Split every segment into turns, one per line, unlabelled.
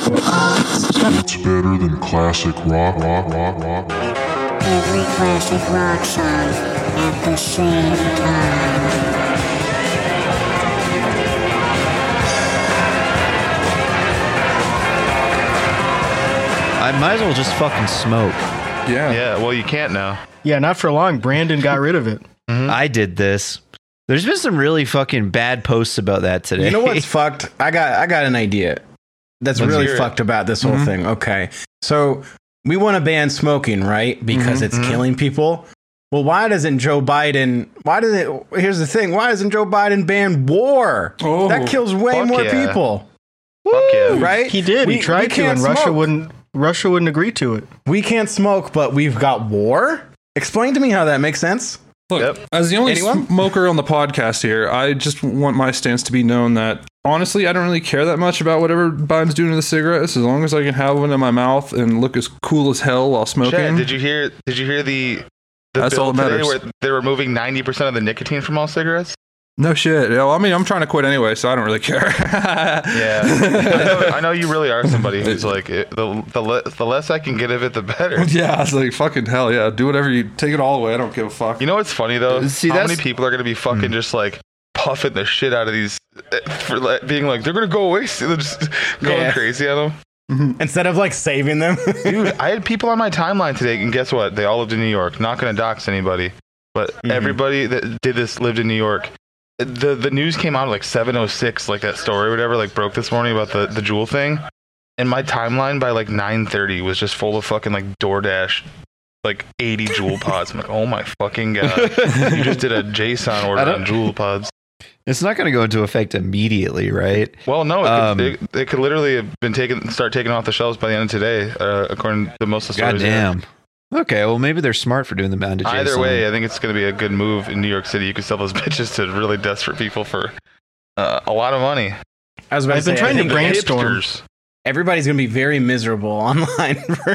It's better than classic rock, rock, rock, rock.
Every classic rock song at the same time.
I might as well just fucking smoke.
Yeah.
Yeah, well, you can't now.
Yeah, not for long. Brandon got rid of it.
Hmm?
I did this. There's been some really fucking bad posts about that today.
You know what's fucked? I got I got an idea. That's
Let's
really
hear it.
fucked about this whole thing. Okay. So we want to ban smoking,
Mm-hmm.
right? Because it's killing people. Well, why doesn't Joe Biden why does it here's the thing, why doesn't Joe Biden ban war?
Oh,
that kills way
fuck
more
yeah.
people.
Fuck yeah.
Right?
He did.
We-
he tried
we
to,
can't
and Russia
smoke.
wouldn't. Russia wouldn't agree to it.
We can't smoke, but we've got war? Explain to me how that makes sense.
Yep.
Look, as the only
Anyone?
smoker on the podcast here, I just want my stance to be known that honestly, I don't really care that much about whatever Biden's doing to the cigarettes, as long as I can have one in my mouth and look as cool as hell while smoking.
Chad, did you hear? Did you hear the? the
That's
bill
all that
today
matters.
Where they're removing ninety percent of the nicotine from all cigarettes.
no shit. Yeah, well, I mean, I'm trying to quit anyway, so I don't really care.
Yeah, I, know, I know you really are somebody who's like it, the the, le- the less I can get of it, the better.
yeah, it's like fucking hell. Yeah, do whatever you take it all away. I don't give a fuck.
You know what's funny though?
See,
How
that's-
many people are gonna be fucking just like puffing the shit out of these eh, for like, being like they're gonna go away? so They're just going
Yeah.
crazy at them.
Instead of like saving them.
Dude, I had people on my timeline today, and guess what? They all lived in New York. Not gonna dox anybody, but
Mm-hmm.
everybody that did this lived in New York. The the news came out at like 7:06, like that story, or whatever, like broke this morning about the the jewel thing. And my timeline by like 9:30 was just full of fucking like DoorDash, like 80 jewel pods. I'm like, oh my fucking god, you just did a JSON
I
order
don't-
on jewel pods.
It's not going to go into effect immediately, right?
Well, no, it,
Um,
could, it, it could literally have been taken, start taking off the shelves by the end of today, uh, according to most of the stories. yeah.
Goddamn. Okay, well maybe they're smart for doing the bound to
Either
JSON.
way, I think it's going to be a good move in New York City. You can sell those bitches to really desperate people for uh, a lot of money.
I was about
I've been
say, I
trying to
think
brand- Brainstorm.
Hipsters
everybody's gonna be very miserable online for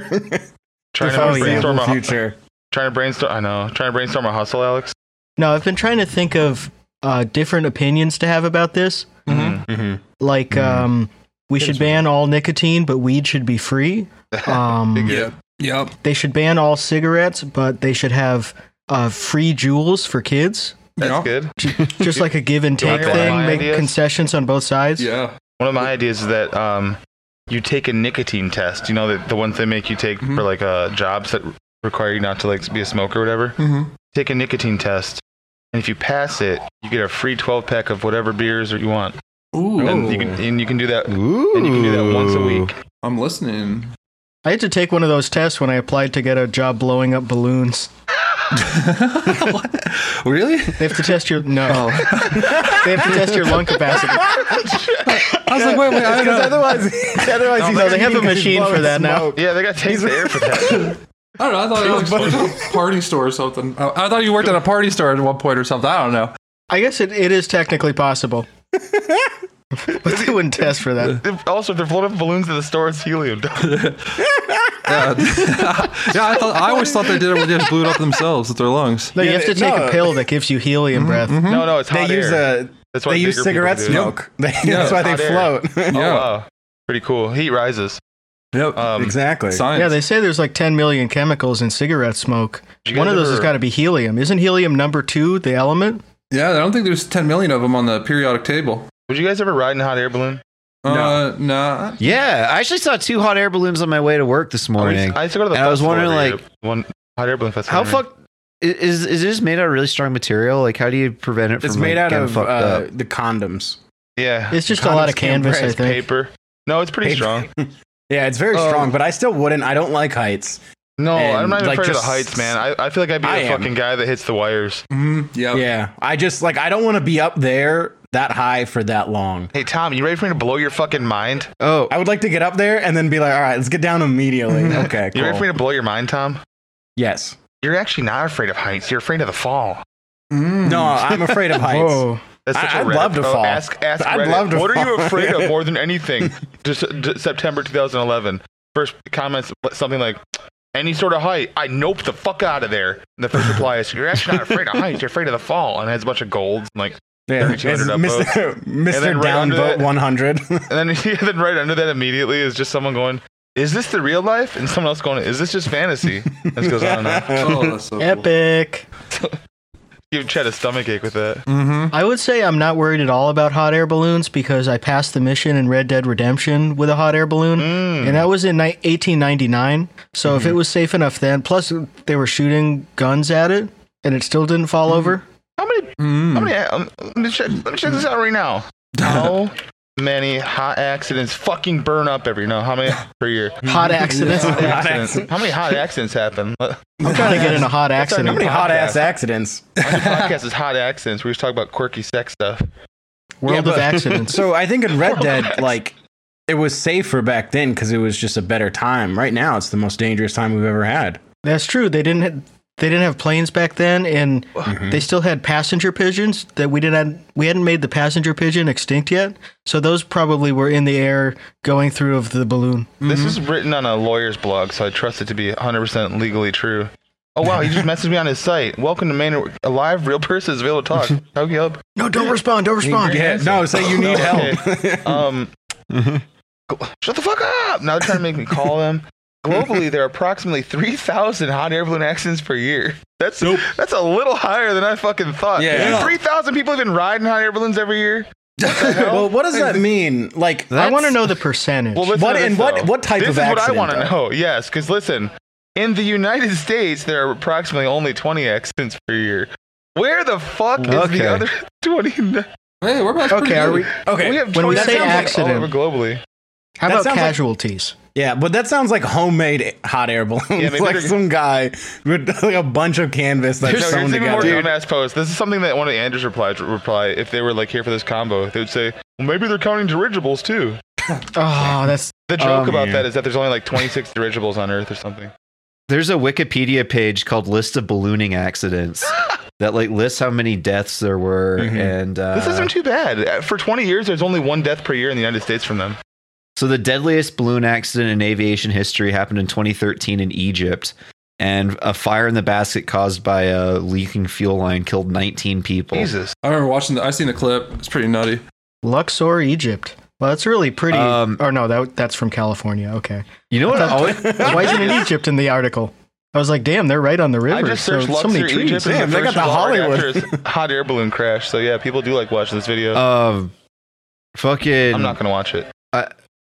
Trying
the
to, brainstorm
foreseeable
a,
future.
trying to brainstorm. I know. Trying to brainstorm a hustle, Alex.
No, I've been trying to think of uh, different opinions to have about this.
Mm-hmm.
Like, um, we should ban all nicotine, but weed should be free. Um,
Yeah.
Yep.
they should ban all cigarettes, but they should have uh, free jewels for kids.
That's
Yeah.
good.
Just like a give and
wanna
take
hear
thing,
my
make
ideas?
concessions on both sides.
Yeah.
One of my ideas is that um, you take a nicotine test. You know, the, the ones they make you take for like uh, jobs that require you not to like be a smoker or whatever.
Mhm.
Take a nicotine test, and if you pass it, you get a free 12 pack of whatever beers that you want.
Ooh.
And you can and you can do that.
Ooh.
And you can do that once a week.
I'm listening.
I had to take one of those tests when I applied to get a job blowing up balloons.
Really?
They have to test your no.
Oh.
they have to test your lung capacity.
I was like, wait, wait, I
Because
don't know.
otherwise, otherwise he's
No, they have a
eating 'cause he's
machine for
blowing
that now.
smoke.
Yeah, they got takes the air for that.
I don't know. I thought Alex worked at a party store or something. I, I thought you worked at a party store at one point or something. I don't know.
I guess it, it is technically possible. but they wouldn't test for that.
If- also, if they're blowing up balloons at the store, it's helium.
Yeah, I, thought, I always thought they did it when they just blew it up themselves with their lungs. Mm-hmm,
No, you
Yeah,
have to
they-
take
no. Mm-hmm.
a pill that gives you helium breath.
no, no, it's hot
They
air.
use a.
that's
They use
bigger people
cigarette
do it.
smoke. They, That's why they
Hot air.
float.
Oh,
Yeah.
wow. Pretty cool. Heat rises.
Yep.
Um,
exactly.
Science.
Yeah, they say there's like 10 million chemicals in cigarette smoke.
Did you
One
guys
of those
ever-
has got to be helium. Isn't helium number two the element?
yeah, I don't think there's 10 million of them on the periodic table.
Would you guys ever ride in a hot air balloon?
Uh, nah.
Yeah, I actually saw two hot air balloons on my way to work this
I
morning.
used- I used to go to the.
And I was
festival
wondering,
every
like,
year. one hot air balloon festival.
How
every
fuck i- is is this made out of really strong material? Like how do you prevent it from
It's
like,
made out
getting
of
fucked
uh,
up?
the condoms.
year. Yeah.
It's just a lot of
Condoms can't
canvas, I
breathe,
think.
Paper. No, it's pretty
Paper.
strong.
Yeah, it's very
Um,
strong, but I still wouldn't. I don't like heights.
No,
And,
I'm not even
like,
afraid of the
just-
heights, man. I, I feel like I'd be
I
the
am.
fucking guy that hits the wires.
Mm, yep.
Yeah, I just like I don't want to be up there that high for that long.
Hey, Tom, you ready for me to blow your fucking mind?
Oh,
I would like to get up there and then be like, all right, let's get down immediately. okay,
You ready for me
cool.
to blow your mind, Tom?
Yes.
You're actually not afraid of heights. You're afraid of the fall. Hmm.
Mm.
No, I'm afraid of heights.
Whoa.
That's
I-
such a
I'd
Reddit
love to
pro-
fall.
Ask, ask
I'd
Reddit,
love to
What are you
fall."
afraid of more than anything? Just, just September 2011. First comments something like, "Any sort of height." I nope the fuck out of there. And the first reply is, "You're actually not afraid of heights. You're afraid of the fall." And it has a bunch of golds and like
Yeah,
3,200
Mr. Mr.
then right under
Downvote
that-
100.
And then, yeah, then right under that immediately is just someone going, "Is this the real life?" And someone else going, "Is this just fantasy?" And it goes on and on.
Oh, that's so
Epic.
Give Chad a stomach ache with that.
Mm-hmm.
I would say I'm not worried at all about hot air balloons because I passed the mission in Red Dead Redemption with a hot air balloon.
Mm.
And that was in ni- 1899. So
Mm-hmm.
if it was safe enough then, plus they were shooting guns at it and it still didn't fall over.
Mm-hmm.
How many? How many? Um, let me check. Let me check this out right now. How many hot accidents fucking burn up every? No, how many per year?
Hot accidents.
Hot
Hot
accidents. How many hot accidents happen? Let-
I'm trying to get in a hot
That's our
accident.
How many hot ass accidents?
Our new podcast is hot accidents. We just talk about quirky sex stuff.
World
Yeah,
of
but-
accidents.
So I think in Red Dead, like, it was safer back then because it was just a better time. Right now, it's the most dangerous time we've ever had.
That's true. They didn't ha- they didn't have planes back then, and
Mm-hmm.
they still had passenger pigeons that we didn't had, we hadn't made the passenger pigeon extinct yet. So those probably were in the air going through of the balloon.
This is written on a lawyer's blog, so I trust it to be 100% legally true. Oh wow, he just messaged me on his site. Welcome to Maine. A live real person is available to talk. How can you help?
No, don't respond. Don't respond.
Yeah, no, say you need help.
Oh,
Mm-hmm.
Okay. Um, gl- shut the fuck up! Now they're trying to make me call them. Globally, there are approximately 3,000 hot air balloon accidents per year. That's that's a little higher than I fucking thought.
Yeah.
3,000 people have been riding hot air balloons every year.
Well, what does that mean? Like,
I want to know the percentage.
Well, listen
What-
to this,
and what-
though.
what type
this
of
is
accident,
what I want to
though?
know. Yes, because listen, in the United States, there are approximately only 20 accidents per year. Where the fuck is
Okay.
the other 20?
Hey, we're back.
okay, are we?
okay,
We have
When we
20
say
accidents all
accident-
over globally.
How
That
about
sounds like-
casualties?
yeah, but that sounds like homemade hot air balloons.
maybe
like
they're-
some guy with like a bunch of canvas that's
no,
sewn
here's even more
together.
dumbass post. This is something that one of Andrew's replies would reply if they were like here for this combo. They would say, "Well, maybe they're counting dirigibles too."
Oh, that's
The joke
Oh,
about
man.
that is that there's only like 26 dirigibles on Earth or something.
There's a Wikipedia page called "List of Ballooning Accidents" that like lists how many deaths there were,
Mhm.
and uh,
Mm-hmm. this isn't too bad. For 20 years, there's only one death per year in the United States from them.
So the deadliest balloon accident in aviation history happened in 2013 in Egypt, and a fire in the basket caused by a leaking fuel line killed 19 people.
Jesus.
I remember watching. The, I seen the clip. It's pretty nutty.
Luxor, Egypt. Well, that's really pretty.
Um,
or no, that that's from California. Okay,
You know what? I always,
why isn't it Egypt in the article? I was like, damn, they're right on the river.
I just
so,
searched
so
Luxor,
many trees.
Egypt.
Damn,
and
they
the
got
first
the
result right
Hollywood.
after is hot air balloon crash. So yeah, people do like watching this video.
um, fucking.
I'm not gonna watch it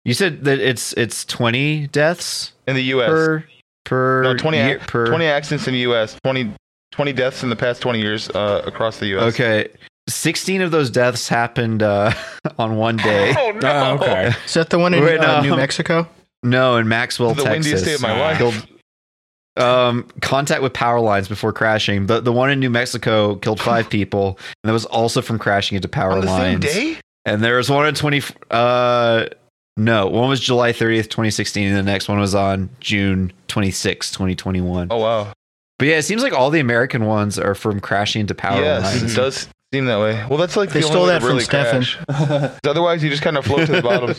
you said that it's it's 20 deaths
in the U.S.
per per
no, 20
year,
ac-
per
20 accidents in the U.S. 20, 20 deaths in the past 20 years uh, across the U.S.
Okay, 16 of those deaths happened uh, on one day.
Oh no.
Oh, okay.
Is that the one in
Wait,
uh,
no.
New Mexico?
No, in Maxwell,
The
Texas.
windiest day of my life.
Killed, um, contact with power lines before crashing. The the one in New Mexico killed five people, and that was also from crashing into power
On the same
lines.
day?
And there was one in twenty. f- Uh, no, one was July thirtieth, twenty sixteen, and the next one was on June twenty sixth, twenty twenty one.
Oh wow.
But yeah, it seems like all the American ones are from crashing into power
Yes, Mm-hmm.
lines.
it does seem that way. Well, that's like
They
the
stole
only way
that
to
from
really
Stefan.
crash. 'Cause Otherwise, you just kind of float to the bottom.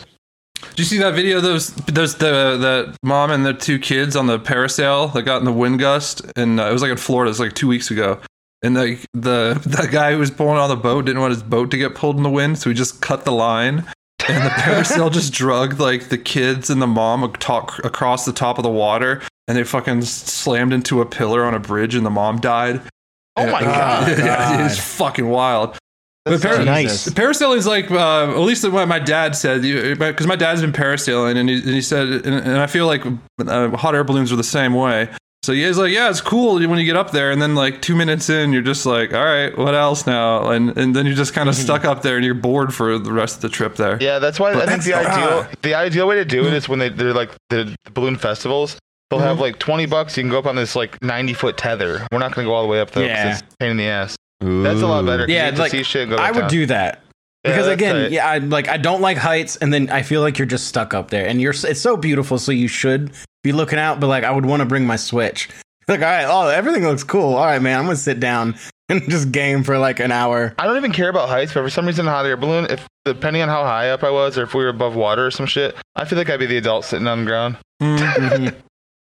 Did you see that video? of Those, those, the that mom and the two kids on the parasail that got in the wind gust, and uh, it was like in Florida. It's like two weeks ago. And like the the guy who was pulling on the boat didn't want his boat to get pulled in the wind, so he just cut the line. And the parasail just drugged like the kids and the mom talk across the top of the water, and they fucking slammed into a pillar on a bridge, and the mom died.
Oh my
Yeah.
god.
yeah, it's fucking wild. But
That's
apparently-
nice.
the parasailing is like, uh, at least what my dad said, because my dad's been parasailing, and he, and he said, and, and I feel like uh, hot air balloons are the same way. So he's like, yeah, it's cool when you get up there, and then like two minutes in, you're just like, all right, what else now? And and then you're just kind of
Mm-hmm.
stuck up there, and you're bored for the rest of the trip there.
Yeah, that's why I think
that's
the
the-
ideal the ideal way to do it is when they they're like the balloon festivals. They'll
Mm-hmm.
have like twenty bucks. You can go up on this like ninety foot tether. We're not gonna go all the way up though. 'cause
Yeah.
It's a pain in the ass. That's a lot better. 'cause you
Yeah,
get to
like,
see shit and go
I would
downtown.
do that.
Yeah,
Because
that's
again,
tight.
yeah, I like I don't like heights, and then I feel like you're just stuck up there, and you're it's so beautiful, so you should be looking out. But like, I would want to bring my Switch. Like, all right, oh, everything looks cool. All right, man, I'm gonna sit down and just game for like an hour.
I don't even care about heights, but for some reason, hot air balloon. If depending on how high up I was, or if we were above water or some shit, I feel like I'd be the adult sitting on the ground.
Mm-hmm.
Mm-hmm.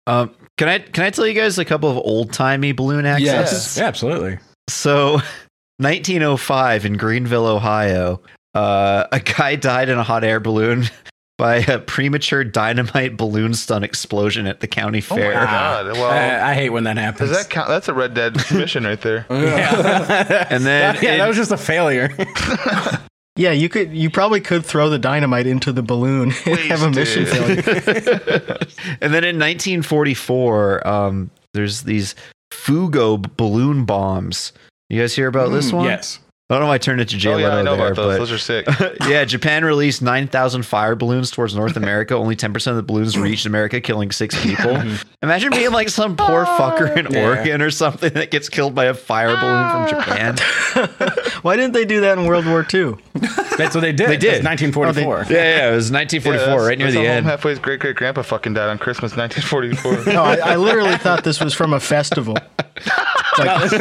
Um, can I can I tell you guys a couple of old timey balloon accidents?
Yes.
absolutely.
So 1905 in Greenville, Ohio, uh, a guy died in a hot air balloon by a premature dynamite balloon stun explosion at the county
Oh my
fair.
Ah.
god. Well,
I, I hate when Um, that happens.
does that count? That's a Red Dead mission right there.
yeah.
And then
yeah, that
in-
was just a failure.
Yeah, you could. You probably could throw the dynamite into the balloon and have a mission
Wasted.
failure.
and then in 1944, um, there's these Fugo balloon bombs. You guys hear about this one?
yes.
I don't know why I turned it to Jay
Mm, oh yeah,
Leno
I know
there,
about those.
but
Those are sick.
yeah, Japan released 9,000 fire balloons towards North America. Only 10% of the balloons reached America, killing six people. Imagine being like some poor fucker in
Yeah.
Oregon or something that gets killed by a fire balloon from Japan.
Why didn't they do that in World War II?
That's what they did. Oh,
They did.
That's 1944.
Yeah, yeah, it was 1944, right near the end.
Halfway's great great grandpa fucking died on Christmas 1944.
No, I, I literally thought this was from a festival. Like, like
Yes,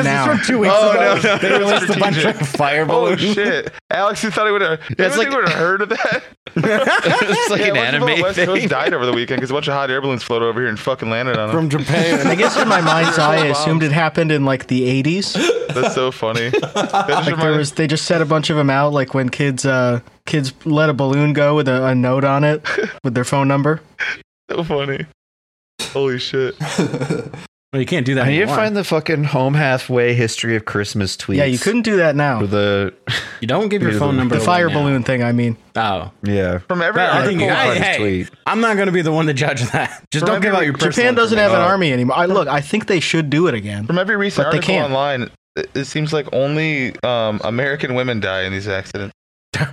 it's
now.
from two weeks
Oh,
ago.
no, no,
they
no,
released a bunch
strategic.
of fire
Oh
balloons.
shit, Alex! You thought I would have?
That's
you
like-
would have heard of that?
it's like
Yeah,
an
a bunch of people on the
anime
West Coast
thing.
died over the weekend because a bunch of hot air balloons floated over here and fucking landed on them.
From Japan.
I guess in my mind's eye, I assumed it happened in like the 80s.
That's so funny. That just
Like there
reminded-
was, they just set a bunch of them out, like when kids uh, kids let a balloon go with a, a note on it with their phone number.
so funny. Holy shit!
well, you can't do that.
I need to
anymore.
find the fucking home halfway history of Christmas tweets.
Yeah, you couldn't do that now.
With the
You don't give your
Neither.
phone number.
The
away
fire
now.
balloon thing, I mean.
Oh,
yeah.
From every
Well, I think
article,
you- I-
on-
hey,
tweet.
I'm not going to be the one to judge that. Just don't give out your personal
Japan doesn't have
information.
an army anymore. I look, I think they should do it again.
from every recent
But they
article
can't.
online, it, it seems like only um, American women die in these accidents. It's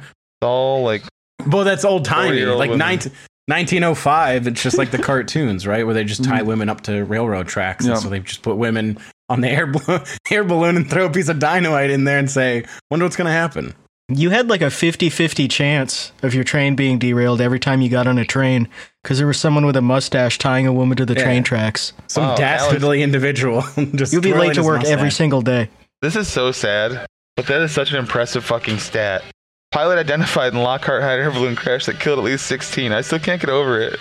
all like
Well, that's old timey.
40-year-old
Like
women.
19, 1905, it's just like the cartoons, right? Where they just
Mm-hmm.
tie women up to railroad tracks.
Yeah.
And so they just put women on the air, blo- air balloon and throw a piece of dynamite in there and say, wonder what's going to happen.
You had like a 50 50 chance of your train being derailed every time you got on a train because there was someone with a mustache tying a woman to the
Yeah.
train tracks.
Some
Wow,
dastardly individual. just
You'll be
twirling
late to
his
work every
mustache.
single day.
This is so sad, but that is such an impressive fucking stat. Pilot identified in Lockhart hot air balloon crash that killed at least 16. I still can't get over it.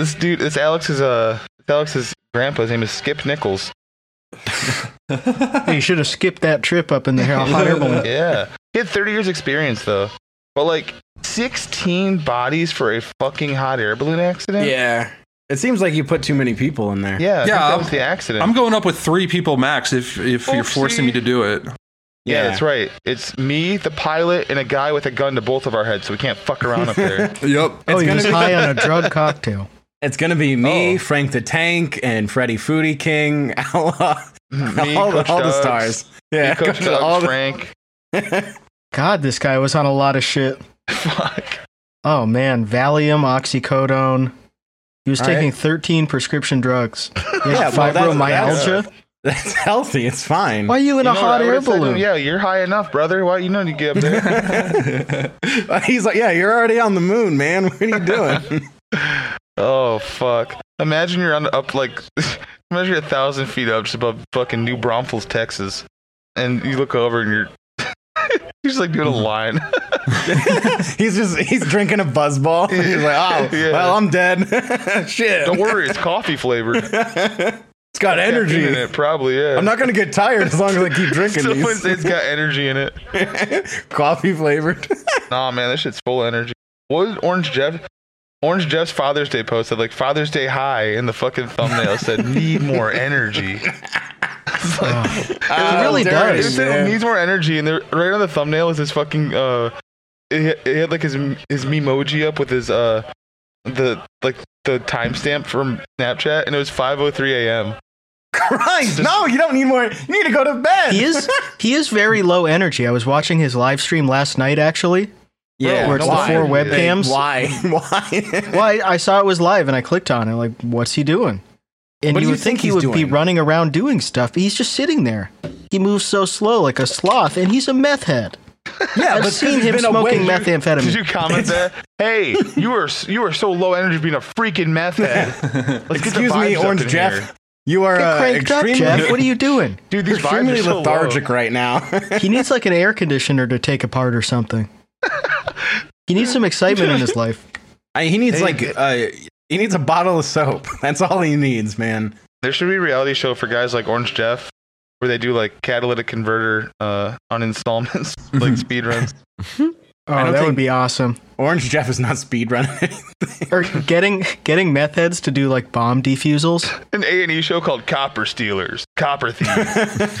This dude, this Alex's uh, Alex's grandpa's name is Skip Nichols.
you should have skipped that trip up in the hot air balloon.
Yeah, he had 30 years experience though, but like 16 bodies for a fucking hot air balloon accident.
Yeah. It seems like you put too many people in there.
yeah, I think
Yeah,
that
I'm-
was the accident.
I'm going up with three people max if if you're forcing me to do it.
yeah, that's right. It's me, the pilot, and a guy with a gun to both of our heads, so we can't fuck around up there.
Yep.
Oh, he
gonna
was
be-
high on a drug cocktail.
It's gonna be me,
Oh.
Frank the Tank, and Freddie Foodie King, Allah,
Me,
all,
Coach
the, all the
Doug's-
stars.
me,
Yeah,
Coach Doug's
all the,
Frank.
God, this guy was on a lot of shit.
Fuck.
Oh man, Valium, oxycodone. He was
All
taking 13 prescription drugs.
Yeah,
Yeah,
well, that's- uh,
fibromyalgia.
that's healthy. It's fine.
Why are you in a
You know what
hot
I
air
would've said to him?
balloon?
yeah, you're high enough, brother. Why you know you get up there?
He's like, yeah, you're already on the moon, man. What are you doing?
oh fuck! Imagine you're on up like, imagine you're a thousand feet up, just above fucking New Braunfels, Texas, and you look over and you're, you're just like doing a line.
he's just he's drinking a buzzball. He's like, oh,
Yeah.
well, I'm dead. Shit,
Don't worry, it's coffee flavored.
it's got energy.
in it, probably. Yeah.
I'm not gonna get tired as long as I keep drinking
Someone said it's
these.
got energy in it.
Coffee flavored.
Nah, man, this shit's full of energy. What did Orange Jeff? Orange Jeff's Father's Day post said like Father's Day high, and the fucking thumbnail said need more energy. It's like-
It
really
Oh, It
does.
said it needs more energy, and there, right on the thumbnail is his fucking. Uh, it, it had like his his memoji up with his uh, the like the timestamp from Snapchat, and it was 5:03 a.m.
Christ, no, you don't need more. You need to go to bed.
He is he is very low energy. I was watching his live stream last night actually.
yeah,
where it's
why?
the four webcams.
Why? Why?
Well, I, I saw it was live and I clicked on it. Like, what's he doing? And
What do
you
you
would
think
think, he
he's
would be
doing?
running around doing stuff. But he's just sitting there. He moves so slow, like a sloth, and he's a meth head.
yeah,
I've
but
seen
he's
him
been away.
smoking methamphetamine.
Did you comment that? Hey, you were s- you were so low energy being a freaking meth head. Let's get the
Excuse
vibes
me,
up
Orange
in here.
Jeff. You are
Get
uh,
cranked
extremely,
up, Jeff. What are you doing?
Dude,
you're
these vibes
extremely
are so
lethargic
lethargic.
right now.
He needs like an air conditioner to take apart or something. He needs some excitement in his life.
I, he needs
Hey.
like uh, he needs a bottle of soap. That's all he needs, man.
There should be a reality show for guys like Orange Jeff where they do like catalytic converter uh, on installments, like speed runs.
Oh,
don't
that
think-
would be awesome.
Orange Jeff is not speedrunning.
Or getting getting meth heads to do like bomb defusals.
An A and E show called Copper Stealers, Copper Thieves.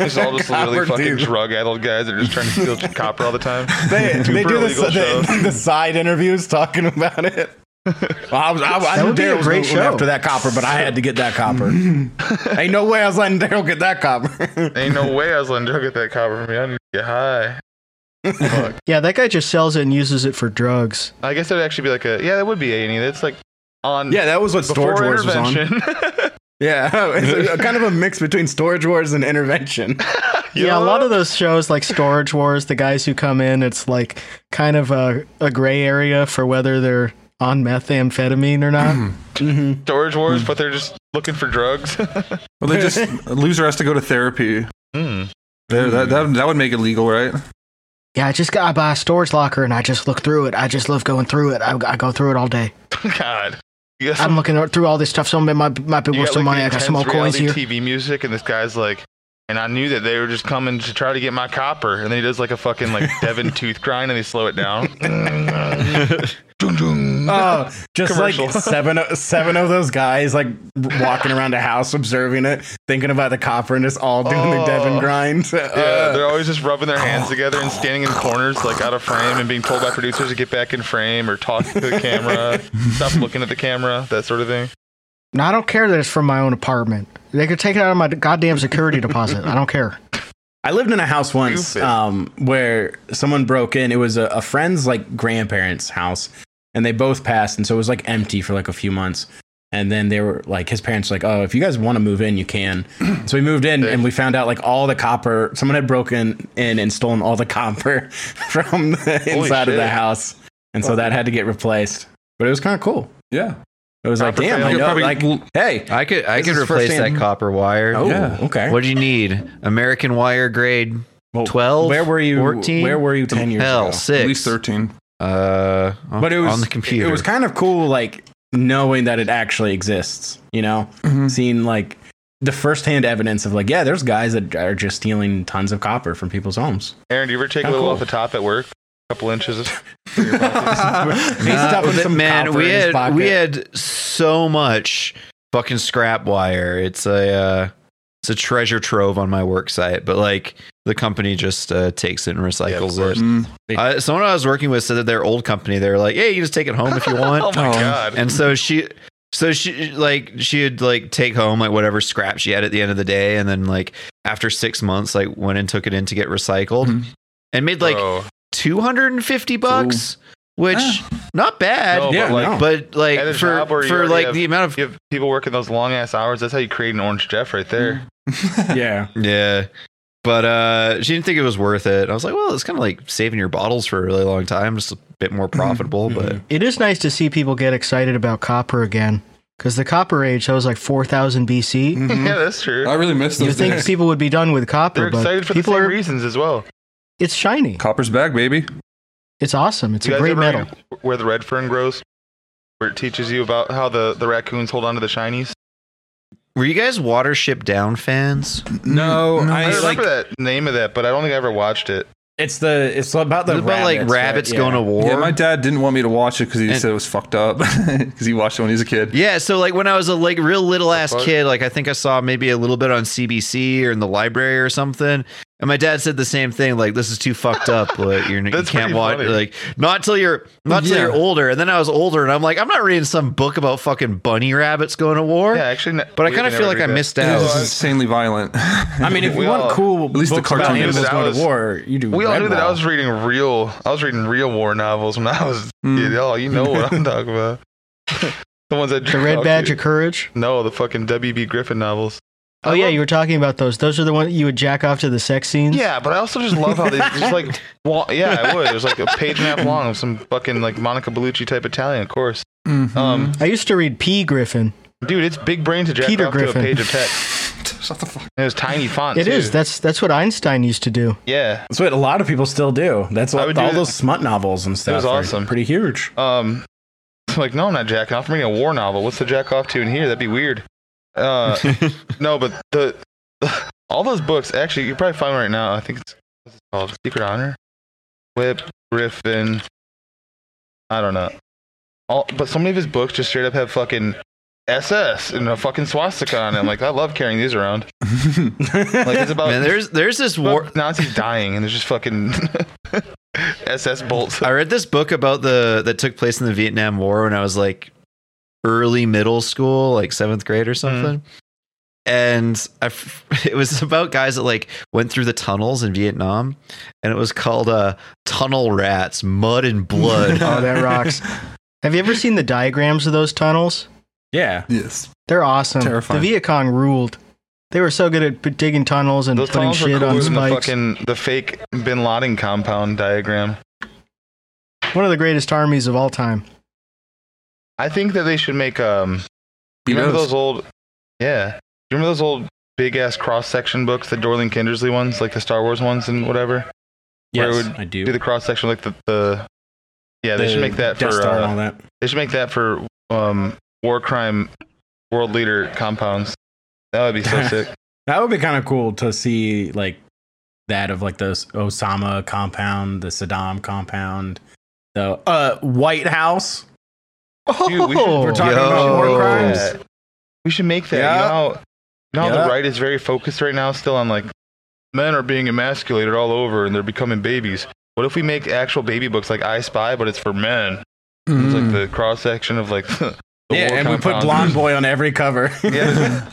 It's all just
Copper
literally fucking
dude.
drug-addled guys that are just trying to steal copper all the time.
They, they
Super
do this,
illegal
the, the side interviews talking about it. Well, I was, I, I
That
knew
would be a
Daryl was
great
going
show.
after that copper, but I had to get that copper. Ain't no way I was letting Daryl get that copper.
Ain't no way I was letting drug get that copper from me. I need to get high. Fuck.
Yeah, that guy just sells it and uses it for drugs.
I guess that'd actually be like a yeah, that would be A and E. That's like on
yeah, that was what
before
Storage Wars was on.
intervention.
Yeah, it's a, kind of a mix between Storage Wars and Intervention.
Yeah, a lot of those shows like Storage Wars, the guys who come in, it's like kind of a, a gray area for whether they're on methamphetamine or
Hmm.
not.
storage
Hmm.
wars, but they're just looking for drugs.
Well, they just a loser has to go to therapy.
Hmm.
There-
Mm.
That, that, that would make it legal, right?
yeah, I just got by a storage locker and I just look through it. I just love going through it. I, I go through it all day.
God. You got
I'm looking through all this stuff. Some of it might, might be
you
worth
got,
some
like,
money.
the
I got some more
intense
coins here.
reality TV music, and this guy's like, and I knew that they were just coming to try to get my copper, and then he does like a fucking like Devin tooth grind, and they slow it down. Dun, dun.
Oh, just like
Commercial.
seven, o- seven of those guys, like walking around a house, observing it, thinking about the copper, and just all doing the
Oh.
Devin grind. Uh,
Yeah,
ah.
they're always just rubbing their hands together and standing in corners, like out of frame, and being told by producers to get back in frame or talk to the camera, stop looking at the camera, that sort of thing.
No, I don't care that it's from my own apartment. They could take it out of my goddamn security deposit. I don't care.
I lived in a house once
Stupid.
um, where someone broke in. It was a, a friend's like grandparents' house, and they both passed, and so it was like empty for like a few months. And then they were like, his parents were like, "Oh, if you guys want to move in, you can." So we moved in, and we found out like all the copper. Someone had broken in and stolen all the copper from the inside of the
shit.
house, and so that had to get replaced. But it was kind of cool.
Yeah.
It was like,
Copper
"Damn,
fail.
I
You'll
know!"
probably-
like,
well,
hey,
I could I
This
could
is
replace
firsthand.
that copper wire.
oh,
yeah.
okay.
What do you need? American wire grade
Well,
12?
Where were you?
14?
Where were you ten years
Hell,
ago?
six.
At least 13.
Uh,
but it was
on the computer.
It was kind of cool, like knowing that it actually exists. You know,
Hmm.
Mm-hmm.
seeing like the firsthand evidence of like, yeah, there's guys that are just stealing tons of copper from people's homes.
Aaron, do you ever take
Oh,
a little
cool.
off the top at work? A couple inches. of-
He's stuffing
But
some
man,
copper
we
in his
had
pocket.
we had so much fucking scrap wire. It's a uh, it's a treasure trove on my work site, but like the company just uh, takes it and recycles
course.
it.
Mm.
I, someone I was working with said that their old company, they were like, "Hey, you can just take it home if you want."
oh my god.
and so she so she like she would like take home like whatever scrap she had at the end of the day and then like after six months like went and took it in to get recycled
Mhm.
and made like
Bro.
250 bucks which not bad
No,
yeah,
but like
no.
but like
At a
for
job where you
for
already
like
have-
the amount of
you have people working those long ass hours. That's how you create an orange Jeff right there.
yeah.
yeah but uh she didn't think it was worth it i was like well it's kind of like saving your bottles for a really long time just a bit more profitable but
Mm-hmm.
It is nice to see people get excited about copper again. Because the copper age, that was like 4000 BC.
Mm-hmm.
yeah, that's true.
I really missed
You
those
think
days.
people would be done with copper,
Mm-hmm. They're
but
excited for the
people
same
are.
reasons as well.
It's shiny.
Copper's back, baby.
It's awesome. It's
You
a
guys
great
ever
metal.
read Where the red fern grows, where it teaches you about how the, the raccoons hold on to the shinies.
were you guys watership down fans
Mm. No,
I,
I, like
remember that name of that, but I don't think I ever watched it.
it's the it's about the
Is it about like rabbits
right?
going to
Yeah.
war
yeah, my dad didn't want me to watch it because he
And-
said it was fucked up because he watched it when he was a kid.
Yeah, so like when I was a like real little ass
fuck?
kid, like I think I saw maybe a little bit on CBC or in the library or something. And my dad said the same thing, like this is too fucked up. Like you're, you
That's
can't
pretty
watch.
funny.
Like not till you're not till
Yeah.
you're older. And then I was older, and I'm like, I'm not reading some book about fucking bunny rabbits going to war.
Yeah, actually, n-
but I
we
kind of
never
feel like
read
I
that.
missed
It was
out.
just insanely violent.
I mean, if you
We
want
all-
cool, at
least the
least the about
cartoon
animals
movies. I
going to
was-
war, you do.
We all
Red
knew that I
Ball.
was reading real. I was reading real war novels when I was.
Mm.
Yeah, oh, you know what I'm talking about. the ones that
The Red
oh,
Badge
dude.
of Courage.
No, the fucking W.B. Griffin novels.
Oh, yeah, you were talking about those. Those are the ones you would jack off to the sex scenes.
Yeah, but I also just love how they just like, wa- yeah, I would. It was like a page and a half long of some fucking like Monica Bellucci type Italian, of course.
Mm.
Mm.
Um,
I used to read P. Griffin.
dude, it's big brain to jack
Peter
off to
Griffin.
a page of text.
Shut the fuck.
And it was tiny font.
It
too.
is. That's that's what Einstein used to do.
yeah.
That's what a lot of people still do. That's
I
what
would do
all
that.
those smut novels and stuff.
was
are
awesome.
Pretty huge.
Um, I'm like, no, I'm not jacking off. I'm reading a war novel. What's the jack off to in here? That'd be weird. Uh, no, but the all those books. Actually, you can probably find them right now. I think it's what's it called Secret Honor, Whip Griffin. I don't know. All, but so many of his books just straight up have fucking SS and a fucking swastika on it. Like I love carrying these around. Like it's about
Man, there's there's this war.
about Nazis dying and there's just fucking SS bolts.
I read this book about the that took place in the Vietnam War when I was like early middle school, like seventh grade or
Mm-hmm.
something. And I, f- it was about guys that like went through the tunnels in Vietnam, and it was called uh, "Tunnel Rats: Mud and Blood."
Oh, that rocks. Have you ever seen the diagrams of those tunnels?
yeah.
Yes.
They're awesome.
Terrifying.
The Viet Cong ruled. They were so good at p- digging tunnels and
Those
putting
tunnels are
shit on
cooler than the
spikes.
fucking the fake Bin Laden compound diagram.
One of the greatest armies of all time.
I think that they should make um. You remember those old? Yeah. You remember those old big ass cross section books, the Dorling Kindersley ones, like the Star Wars ones and whatever. Where
Yes,
would
I do.
Do the cross section like the, the Yeah, they should make that for
Death Star and
uh,
all that.
they should make that for um war crime world leader compounds. That would be so sick.
That would be kind of cool to see, like that of like the Osama compound, the Saddam compound, the uh, White House.
Oh,
Dude, we should-
We're talking
Yo.
about war crimes.
Yeah. We should make that.
Yeah.
You know, how- you know how
Yeah.
the right is very focused right now, still on like men are being emasculated all over and they're becoming babies. What if we make actual baby books like I Spy, but it's for men? It's like the cross section of like the
Hmm. Yeah,
war
and we put
compound.
blonde boy on every cover.
Yeah.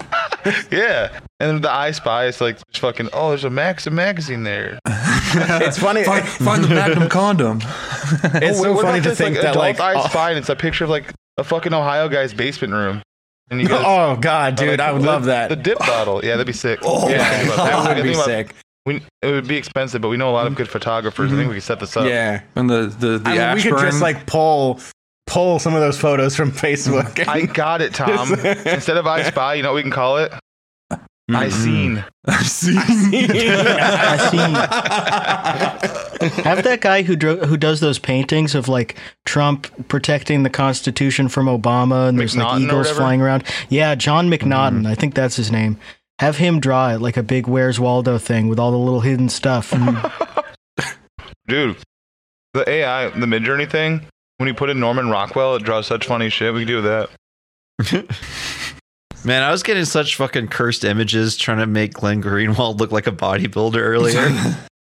yeah, and the I Spy is like just fucking. Oh, there's a Maxim magazine there.
It's funny-
Find, find the Magnum condom.
it's
Wait,
so
what
funny
about
to
this,
think that
adult
like
I
oh,
Spy, and it's a picture of like a fucking Ohio guy's basement room. And you guys,
oh god, dude, I would
the-
love
The
that.
dip bottle, yeah, that'd be sick.
Oh,
Yeah,
Think about
that would
Think
be
about-
sick.
We, it would be expensive, but we know a lot of good photographers. I think we could set this up.
Yeah,
And the the the
I mean, we
ash
could just
burn.
like pull pull some of those photos from Facebook.
I got it, Tom. Instead of I Spy, you know what we can call it? I Seen.
I've seen.
Have that guy who dro- who does those paintings of like Trump protecting the Constitution from Obama and there's
McNaughton
like
or
eagles
whatever? Mm-hmm.
flying around. Yeah, John McNaughton, I think that's his name. Have him draw it like a big Where's Waldo thing with all the little hidden stuff.
Dude, the AI, the Midjourney thing, when you put in Norman Rockwell, it draws such funny shit. We can do that.
Man, I was getting such fucking cursed images trying to make Glenn Greenwald look like a bodybuilder earlier.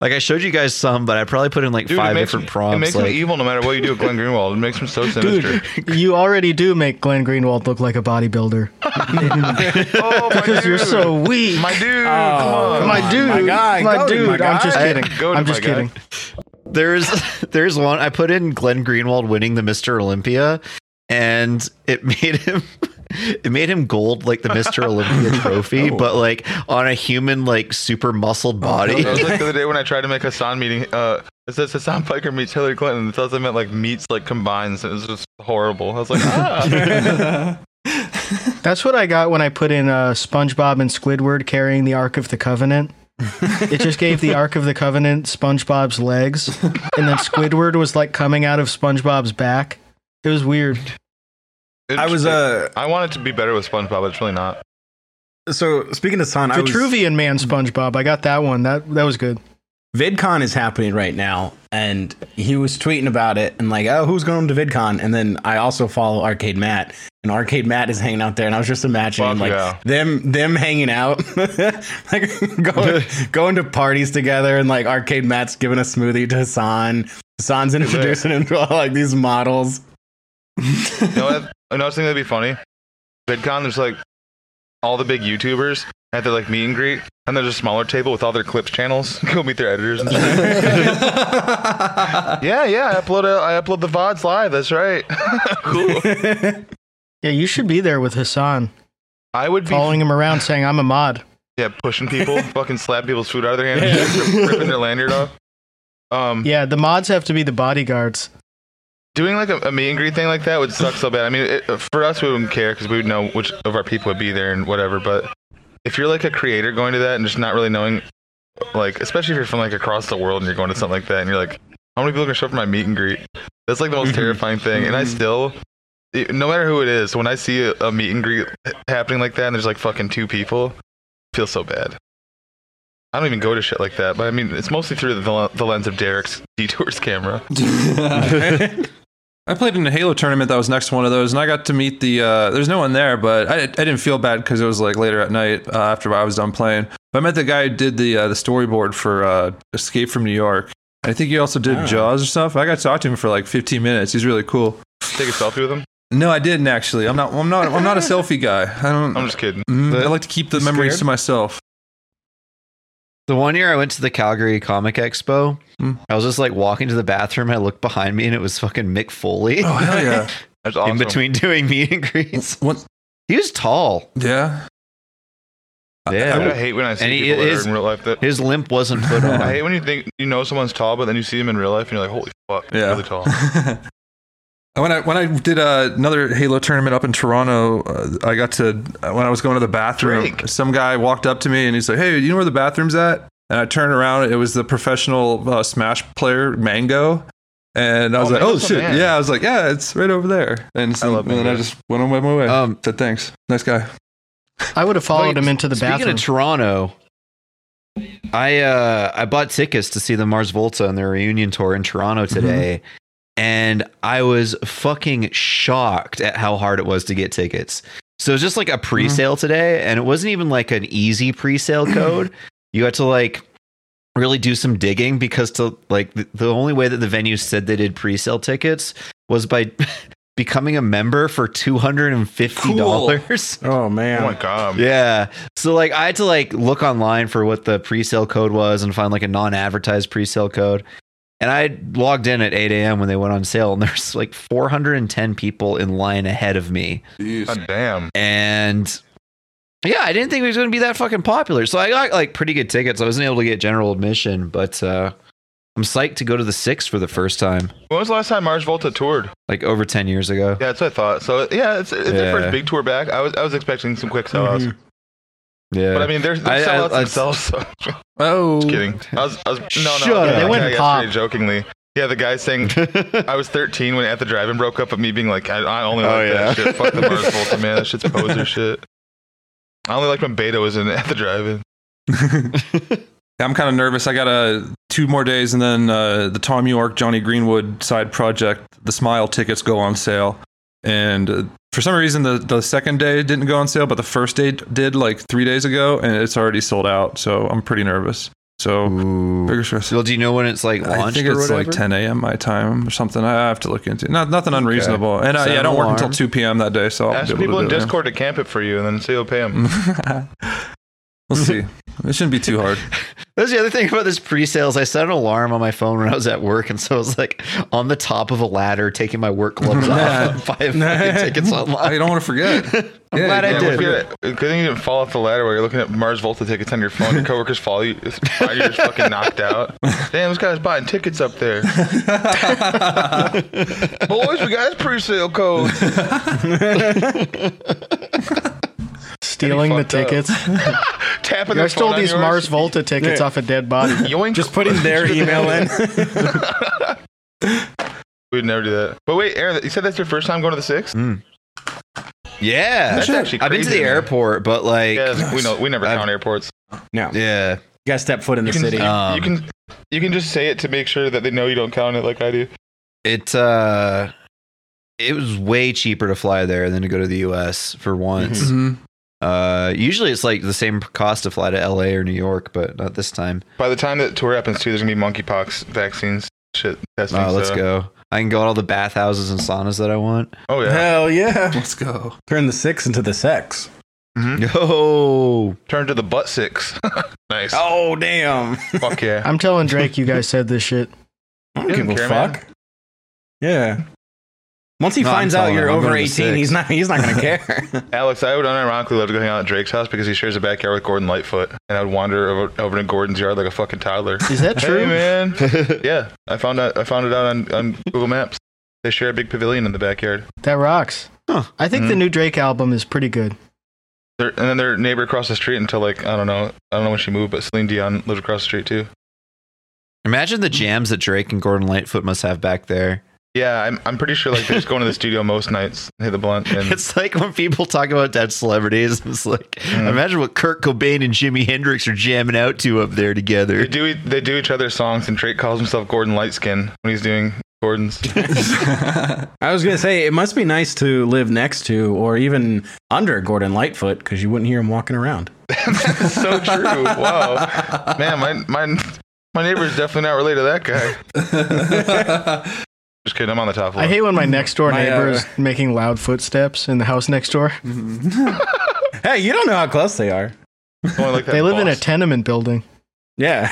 like I showed you guys some, but I probably put in like
Dude, it
five
makes,
different
him-
prompts.
It makes
like,
him evil no matter what you do with Glenn Greenwald. It makes him so sinister.
Dude, you already do make Glenn Greenwald look like a bodybuilder
oh, my
because you're
dude.
so weak.
My dude,
Oh,
come on.
My dude,
my guy,
my
go to
dude,
my
I'm just
guy.
kidding.
Go to
I'm
my
just
guy.
kidding.
There's there's one I put in Glenn Greenwald winning the Mr. Olympia and it made him it made him gold like the Mr. Olympia trophy, but like on a human like super
Oh,
muscled body.
That was like the other day when I tried to make Hassan meeting. Uh, it says Hassan Piker meets Hillary Clinton. It says I meant like meets like combines. It was just horrible. I was like, ah.
That's what I got when I put in uh, SpongeBob and Squidward carrying the Ark of the Covenant. it just gave the Ark of the Covenant SpongeBob's legs, and then Squidward was like coming out of SpongeBob's back. It was weird.
It-
I was uh
I wanted to be better with SpongeBob, but it's really not.
so speaking of Son, I was
Vitruvian Man SpongeBob, I got that one. That that was good.
VidCon is happening right now, and he was tweeting about it and like, oh, who's going to VidCon? And then I also follow Arcade Matt, and Arcade Matt is hanging out there, and I was just imagining
Fuck
like
yeah.
them them hanging out, like going going to parties together, and like Arcade Matt's giving a smoothie to Hassan. Hassan's introducing him to all like these models.
You know what? Another thing that'd be funny. VidCon, there's like all the big YouTubers at their like meet and greet, and there's a smaller table with all their clips channels. Go meet their editors. And stuff. yeah, yeah. I upload a, I upload the vods live. That's right. cool.
Yeah, you should be there with Hassan,
I would be
following him around, saying I'm a mod.
Yeah, pushing people, fucking slap people's food out of their hand, rip- ripping their lanyard off. Um,
Yeah, the mods have to be the bodyguards.
doing like a, a meet and greet thing like that would suck so bad. I mean, it, for us, we wouldn't care because we would know which of our people would be there and whatever. But if you're like a creator going to that and just not really knowing, like, especially if you're from like across the world and you're going to something like that and you're like, how many people are gonna show up for my meet and greet? That's like the most terrifying thing. And I still, it- no matter who it is, when I see a, a meet and greet happening like that and there's like fucking two people, I feel so bad. I don't even go to shit like that, but I mean, it's mostly through the, the lens of Derek's detours camera.
I played in a Halo tournament that was next to one of those, and I got to meet the. Uh, There's no one there, but I, I didn't feel bad because it was like later at night uh, after I was done playing. But I met the guy who did the uh, the storyboard for uh, Escape from New York. I think he also did
Ah.
Jaws or stuff. I got to talk to him for like 15 minutes. He's really cool.
Take a selfie with him.
No, I didn't actually. I'm not. I'm not. I'm not a selfie guy. I don't.
I'm just kidding.
Mm-hmm.
Mm, I like to keep the
You
memories
scared?
to myself.
The one year I went to the Calgary Comic Expo,
Hmm.
I was just like walking to the bathroom. I looked behind me and it was fucking Mick Foley
Oh hell yeah!
That's awesome.
in between doing meet and greets.
What?
He was tall.
Yeah.
I, mean, I
Yeah.
hate when I see
And he
people that
is-
are in real life that.
His limp wasn't put on.
I hate when you think you know someone's tall, but then you see them in real life and you're like, holy fuck, they're
Yeah.
really tall. Oh
when I when I did uh, another Halo tournament up in Toronto, uh, I got to when I was going to the bathroom,
Drake.
some guy walked up to me and he's like, "Hey, you know where the bathroom's at?" And I turned around, it was the professional uh, Smash player Mango, and I was
Oh,
like, "Oh
Mango's the
shit,
man.
yeah!" I was like, "Yeah, it's right over there." And, so,
love
and then I
Mango.
just went on my my way.
Um,
said thanks, nice guy.
I would have followed him into the
Speaking
bathroom.
of Toronto, I uh I bought tickets to see the Mars Volta on their reunion tour in Toronto
Mm-hmm.
today. And I was fucking shocked at how hard it was to get tickets. So it was just like
Mm-hmm.
a pre-sale today, and it wasn't even like an easy pre-sale code. you had to like really do some digging because to like the, the only way that the venue said they did pre-sale tickets was by becoming a member for two hundred and fifty dollars.
Oh
Oh
man.
my god.
Yeah. So like I had to like look online for what the pre-sale code was and find like a non-advertised pre-sale code. And I logged in at 8 a.m. when they went on sale, and there's like 410 people in line ahead of me.
God damn.
And yeah, I didn't think it was going to be that fucking popular. So I got like pretty good tickets. I wasn't able to get general admission, but uh, I'm psyched to go to the six for the first time,
When was the last time Mars Volta toured?
like over 10 years ago.
Yeah, that's what I thought. So yeah, it's, it's their
Yeah.
first big tour back. I was I was expecting some quick sellouts,
Mhm.
Yeah.
but I mean they're,
I- I-
they're sellouts
I-
themselves. So.
Oh,
Just kidding. I was, I was no no.
Shut up.
yeah,
They
I
went
guess
pop.
pretty jokingly. Yeah, the guy saying I was 13 when At the Drive-In broke up, but me being like, I, I only like
Oh, yeah.
that shit. Fuck the Mars Volta, man. That shit's poser shit. I only liked when Beta was in At the Drive-In.
I'm kind of nervous. I got uh, two more days, and then uh, the Tom York, Johnny Greenwood side project, the Smile tickets go on sale. And uh, for some reason, the, the second day didn't go on sale, but the first day d- did like three days ago, and it's already sold out. So I'm pretty nervous. So bigger stress.
Well, do you know when it's like
I
launched
think
or
it's like
whatever?
10 a.m. my time or something. I have to look into. Not nothing unreasonable. And uh,
Set
yeah, I
an
don't work until
alarm.
2 p.m. that day, so I'll
Ask
be able
people
to
in
do it, yeah.
Discord to camp it for you, and then say you'll pay them.
we'll see. It shouldn't be too hard.
That's the other thing about this pre-sales. I set an alarm on my phone when I was at work, and so I was like on the top of a ladder, taking my work gloves
Nah.
off, buying fucking tickets
I
online.
don't want to forget.
I'm
Yeah,
glad
yeah,
I
Yeah,
did.
if you're- Good thing you didn't fall off the ladder while you're looking at Mars Volta tickets on your phone. Your coworkers follow you. It's- You're just fucking knocked out. Damn, this guy's buying tickets up there. Boys, we got his pre-sale code.
stealing the
fucked up.
tickets.
Tapping
I
the
stole
phone on
these
yours.
Mars Volta tickets
Yeah.
off a dead body.
Yoink.
Just putting their email in.
We'd never do that. But wait, Aaron, you said that's your first time going to the six?
yeah,
That's actually
Hmm. I've been to
crazy,
the
man.
airport, but like,
Yeah, we know we never
I've-
count airports.
No. You
yeah,
gotta step foot in the
You can,
city.
you,
Um,
you can you can just say it to make sure that they know you don't count it like I do.
it uh, it was way cheaper to fly there than to go to the U.S. for once. Uh, usually it's like the same cost to fly to L.A. or New York, but not this time.
By the time that tour happens too, there's gonna be monkeypox vaccines, shit testing.
Oh, let's
so-
go. I can go to all the bathhouses and saunas that I want.
Oh yeah.
Hell yeah.
Let's go.
Turn the six into the sex.
Yo.
Turn to the butt six. nice.
Oh damn.
Fuck yeah.
I'm telling Drake you guys said this shit.
I don't
He
give
doesn't
a
care, man.
fuck. Yeah. Once he
No, I'm
finds out
telling
you're
him, I'm
over
going to
18,
six.
he's not he's not gonna care.
Alex, I would unironically love to go hang out at Drake's house because he shares a backyard with Gordon Lightfoot, and I would wander over, over to Gordon's yard like a fucking toddler.
Is that true?
Hey man. yeah, I found out. I found it out on, on Google Maps. They share a big pavilion in the backyard.
That rocks.
Huh.
I think the
Hmm.
new Drake album is pretty good.
Their, and then their neighbor across the street until like I don't know. I don't know when she moved, but Celine Dion lived across the street too.
Imagine the jams that Drake and Gordon Lightfoot must have back there.
Yeah, I'm, I'm pretty sure like they just go into the studio most nights, hit the blunt, and
It's like when people talk about dead celebrities. It's like imagine what Kurt Cobain and Jimi Hendrix are jamming out to up there together.
they do e, they do each other's songs. And Drake calls himself Gordon Lightskin when he's doing Gordon's.
I was gonna say it must be nice to live next to or even under Gordon Lightfoot because you wouldn't hear him walking around.
so true. Wow, man, my my my neighbor's definitely not related to that guy. Just kidding. I'm on the top
I
level.
hate when my next door
My,
neighbor
uh,
is making loud footsteps in the house next door.
Hey, you don't know how close they are.
Going like that
They live in a
boss.
tenement building.
Yeah.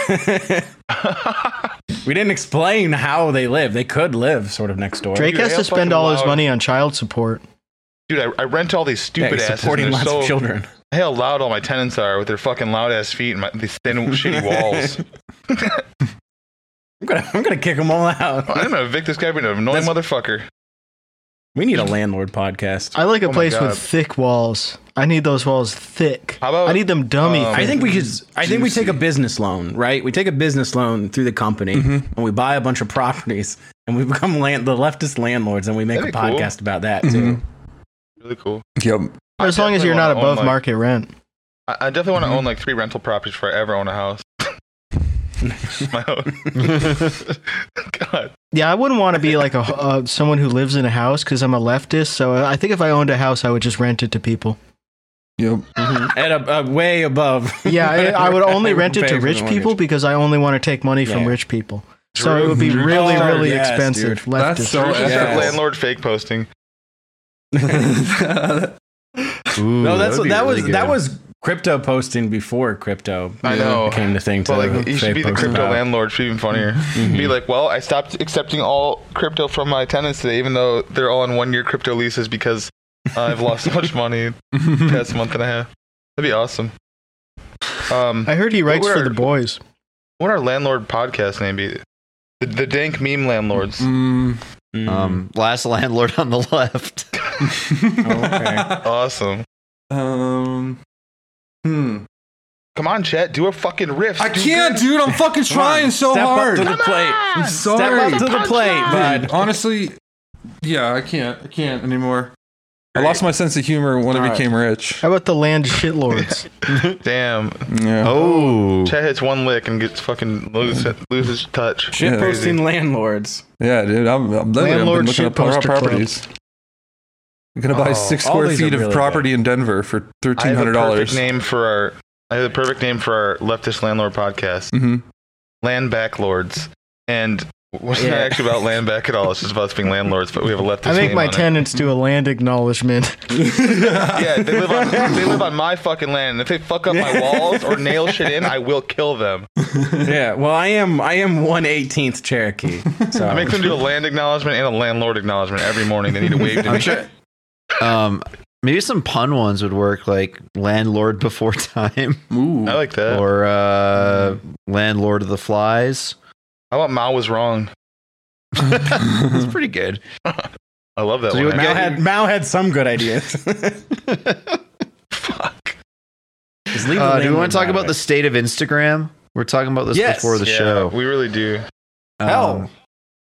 we didn't explain how they live. They could live sort of next door.
Drake
Dude,
has
they
to
all
spend
fucking
all his
loud.
money on child support.
Dude, I, I rent all these
Yeah,
stupid asses.
supporting
and they're
lots
so,
of children.
Hey, how loud all my tenants are with their fucking loud ass feet and my, these thin shitty walls.
I'm gonna, I'm gonna kick them all out.
I'm gonna evict this guy for being an annoying motherfucker.
We need a landlord podcast.
I like a
Oh my
place
God.
with thick walls. I need those walls thick.
How about,
I need them dummy.
um,
thick.
I think we could. I think we take a business loan, right? We take a business loan through the company, and we buy a bunch of properties, and we become land, the leftist landlords, and we make
That'd
a
be cool.
podcast about that too.
Really cool.
yep.
But as
I
long as
definitely
you're not
wanna own,
above Mm-hmm.
like-
market rent.
I, I definitely want to own like three rental properties before I ever own a house. my own. God.
Yeah, I wouldn't want to be like a uh, someone who lives in a house because I'm a leftist. So I think if I owned a house, I would just rent it to people.
Yep.
At a, a way above.
Yeah, I, I would only
They
rent it
pay
to
for the
rich people
mortgage.
because I only want to take money from
Yeah.
rich people. So it would be
Drew-
really,
Oh,
really
yes,
expensive.
dude.
Leftist.
That's so
Just start
Yes.
landlord fake posting.
Ooh,
No, that's
would
that,
be
was
really good.
that was crypto posting before crypto. uh,
I know.
became the thing to
But like, you
fake
should be the
post
crypto
about.
landlord. Should be even funnier.
Mm-hmm.
Be like, well, I stopped accepting all crypto from my tenants today, even though they're all on one-year crypto leases because I've lost so much money the past month and a half. That'd be awesome. Um,
I heard he writes
What
for
are-
the boys.
what our landlord podcast name be? The, the dank meme landlords.
Mm.
Mhm.
um, last landlord on the left.
Oh, okay.
Mm-hmm.
Awesome.
Um. Hmm.
Come on, chat. Do a fucking riff.
I can't, dude. I'm fucking
Come on,
trying so
step
hard.
Up to the plate.
I'm
Step
sorry.
up to the plate, bud.
Dude, honestly, yeah, I can't. I can't anymore. I lost my sense of humor when I
Alright.
became rich.
How about the land shitlords?
Damn.
Yeah.
Oh,
Chat hits one lick and gets fucking lose loses touch.
Shit posting.
Posting landlords.
Yeah, dude. I'm, I'm literally I've
Landlord
been looking up
shitposter
pro-
club.
properties. I'm gonna buy
Oh,
six
all
square
these are
feet of
really
property in Denver for
I
thirteen
have a
hundred
perfect
dollars.
name for our. I have the perfect name for our leftist landlord podcast.
hmm
Land back lords. And what's not
Yeah.
actually about land back at all? It's just about us being landlords, but we have a leftist.
I make
name
my
on it.
tenants do a land acknowledgement.
Yeah, they live on they live on my fucking land. And if they fuck up my walls or nail shit in, I will kill them.
Yeah. Well, I am. I am one eighteenth Cherokee. So
I make them do a land acknowledgement and a landlord acknowledgement every morning. They need to wave to me.
I'm sure.
um, maybe some pun ones would work, like landlord before time,
Ooh.
I like that.
or uh, landlord of the flies.
How about Mao was wrong?
That's pretty good.
I love that
So you
one.
would
Mao
actually.
had Mao had some good ideas. Just
Fuck.
leave the
Uh, do we want
landlord
to talk
out of
about
it.
the state of Instagram? We're talking about this
Yes.
before the
Yeah,
show.
We really do.
Um,
Hell,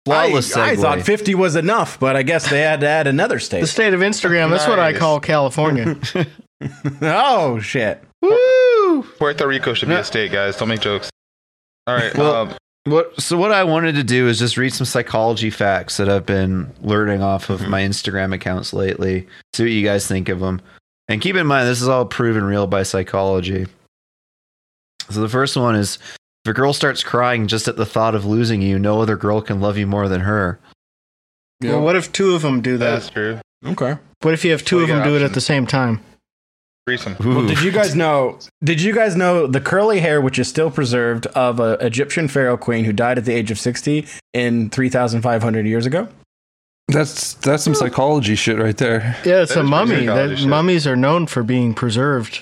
flawless
I, I
segue.
thought 50 was enough, but I guess they had to add another
the
state.
state of Instagram, that's what I
Nice.
call California.
oh, shit.
Woo!
Puerto Rico should be
Yeah.
a state, guys. Don't make jokes. All right.
Well-
um,
What? So what I wanted to do is just read some psychology facts that I've been learning off of my Instagram accounts lately. See what you guys think of them. And keep in mind, this is all proven real by psychology. So the first one is: if a girl starts crying just at the thought of losing you, no other girl can love you more than her.
Yeah.
Well, what if two of them do that?
that's true.
Okay.
What if you have two
Well,
of
you
them
got
do it at
options.
the same time?
Threesome.
Ooh.
Well, did you guys know? Did you guys know the curly hair, which is still preserved, of an Egyptian pharaoh queen who died at the age of 60 in 3,500 years ago?
That's that's some psychology shit right there.
Yeah, it's
That
a
is pretty
mummy.
technology
That-
shit.
mummies are known for being preserved.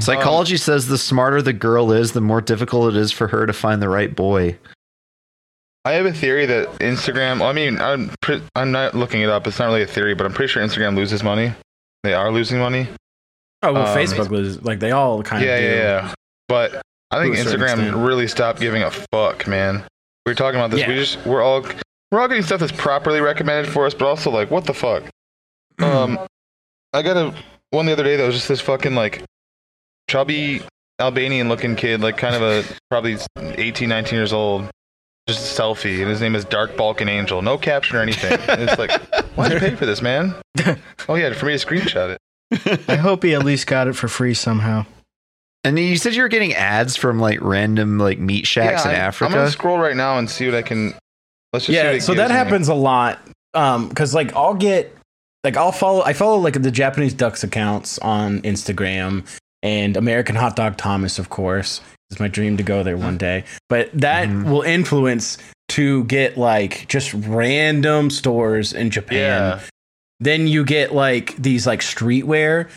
Psychology says the smarter the girl is, the more difficult it is for her to find the right boy.
I have a theory that Instagram. I mean, I'm pre- I'm not looking it up. It's not really a theory, but I'm pretty sure Instagram loses money. They are losing money.
Oh, well,
Uh,
Um,
Facebook was like they all kind
yeah,
of. do.
yeah, yeah. But I think
To a certain
Instagram
extent.
really stopped giving a fuck, man. We were talking about this. We
Yeah.
just we're all we're all getting stuff that's properly recommended for us, but also like, what the fuck?
Mm.
um, I got a one the other day that was just this fucking like chubby Albanian looking kid, like kind of a probably 18, 19 years old, just a selfie, and his name is Dark Balkan Angel. No caption or anything. And it's like, why'd you pay for this, man? Oh yeah, for me to screenshot it.
I hope he at least got it for free somehow.
And you said you were getting ads from like random like meat shacks
yeah,
in
I'm- I'm
Africa.
gonna scroll right now and see what I can. Let's just see what
yeah
it
so
gives
that
me.
happens a lot um because like i'll get like i'll follow i follow like the japanese ducks accounts on instagram and american hot dog thomas of course it's my dream to go there one day but that
Mm-hmm.
Mhm.
will influence to get like just random stores in japan
Yeah.
then you get like these like streetwear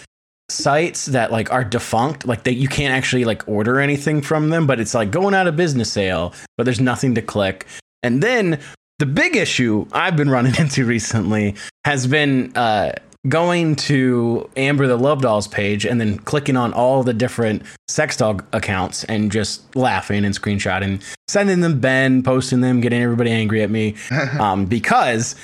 sites that like are defunct like they you can't actually like order anything from them but it's like going out of business sale but there's nothing to click and then the big issue i've been running into recently has been uh going to amber the love dolls page and then clicking on all the different sex dog accounts and just laughing and screenshotting sending them ben posting them getting everybody angry at me um because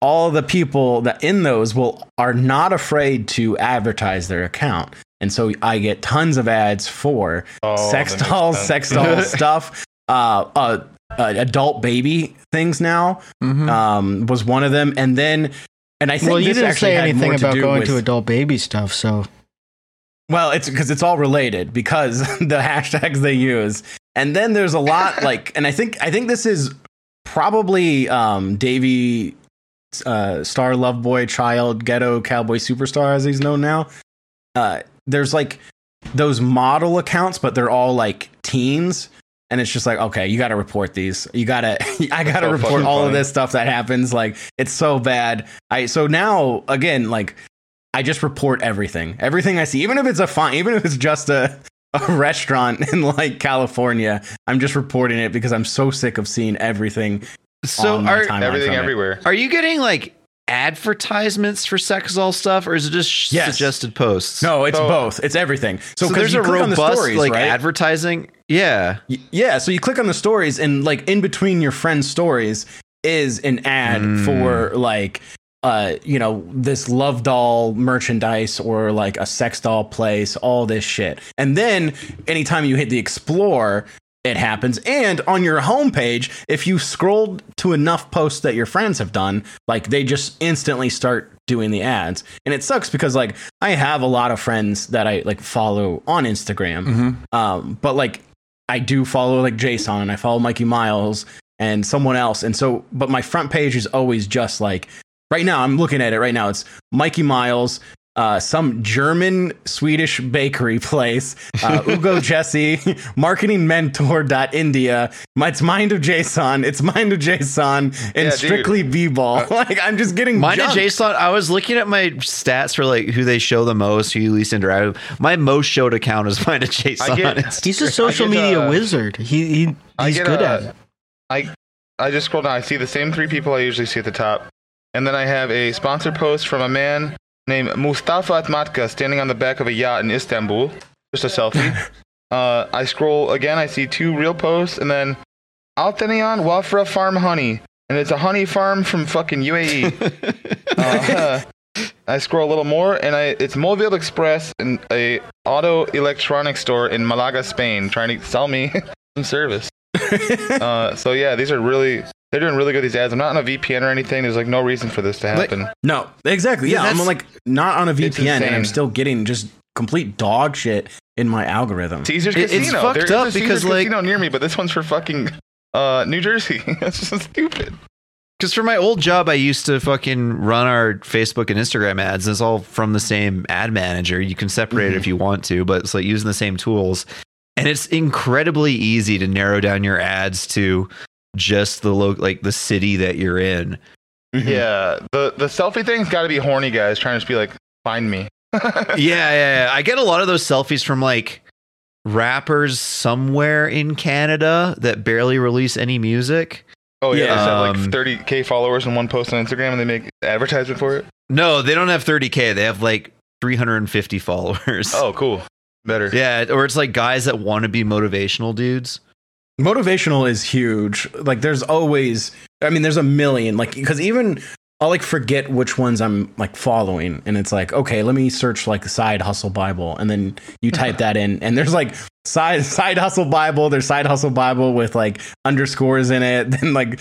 all the people that in those will are not afraid to advertise their account and so i get tons of ads for
Oh,
sex
that makes
dolls
sense.
sex doll stuff uh, uh, uh adult baby things now
Mhm.
um was one of them and then and i think
Mm-hmm. Well, you
this
didn't
actually
say
had
anything
more to
about
do
going
with,
to adult baby stuff, so
well, it's because it's all related because the hashtags they use, and then there's a lot like, and I think I think this is probably um, Davy uh, Star Love Boy Child Ghetto Cowboy Superstar as he's known now. Uh, there's like those model accounts, but they're all like teens, and it's just like okay, you got to report these. You gotta, I gotta
so
report
fucking
all of
funny.
this stuff that happens. Like it's so bad. I so now again like I just report everything. Everything I see, even if it's a fine, even if it's just a, a restaurant in like California, I'm just reporting it because I'm so sick of seeing everything.
so
on my
are
timeline
Everything
from it.
everywhere.
are you getting like advertisements for sex all stuff, or is it just sh-
Yes.
suggested posts?
No, it's
So-
both. It's everything. So,
So,
'cause
there's
you
a
click on
robust
the stories,
like
right?
advertising. Yeah.
Y- yeah so you click on the stories and like in between your friends stories is an ad
Mm.
for like uh you know this love doll merchandise or like a sex doll place all this shit and then anytime you hit the explore it happens and on your homepage if you scrolled to enough posts that your friends have done like they just instantly start doing the ads and it sucks because like i have a lot of friends that i like follow on instagram um, but like I do follow like Jason and I follow Mikey Miles and someone else. And so, but my front page is always just like right now, I'm looking at it right now. It's Mikey Miles, uh, some German Swedish bakery place, uh, Ugo Jesse, marketing mentor.india. It's mind of Jason. It's mind of Jason and
dude.
strictly B ball. like I'm just getting
Mine
junk.
and JSON, I was looking at my stats for like who they show the most, who you least interact with. My most showed account is mine and JSON.
I get-
he's a social
I get,
media
uh,
wizard. He, he
I
he's
get uh,
good
a-
at it.
I I just scroll down. I see the same three people I usually see at the top, and then I have a sponsored post from a man named Mustafa Atmatka standing on the back of a yacht in Istanbul. Just a selfie. uh, I scroll again. I see two real posts, and then Altanian Wafra Farm Honey, and it's a honey farm from fucking UAE. Uh, I scroll a little more, and I it's Mobile Express, and a auto electronics store in Malaga, Spain, trying to sell me some service. Uh, so yeah, these are really they're doing really good. These ads. I'm not on a VPN or anything. There's like no reason for this to
Like-
happen.
No, exactly. Yeah, I'm
that's-
like not on a VPN, and I'm
insane.
still getting just complete dog shit in my algorithm.
Caesar's
It- it's
Casino.
fucked
there is
up
a Caesar's
because, like-
Casino near me, but this one's for fucking uh, New Jersey. That's just stupid.
Because for my old job, I used to fucking run our Facebook and Instagram ads. It's all from the same ad manager. You can separate it if you want to, but it's like using the same tools. And it's incredibly easy to narrow down your ads to just the lo- like the city that you're in. Mm-hmm.
Yeah, the the selfie thing's got to be horny guys trying to just be like, find me.
yeah, yeah, yeah. I get a lot of those selfies from like rappers somewhere in Canada that barely release any music.
Oh yeah,
Yeah.
they just have like
Um,
30k followers in one post on Instagram, and they make advertisement for it.
No, they don't have 30k. They have like 350 followers.
Oh, cool. Better.
Yeah, or it's like guys that want to be motivational dudes.
motivational is huge. Like there's always I mean there's a million like cuz even I'll like forget which ones I'm like following and it's like okay, let me search like side hustle bible and then you type that in and there's like side side hustle bible, there's side hustle bible with like underscores in it, then like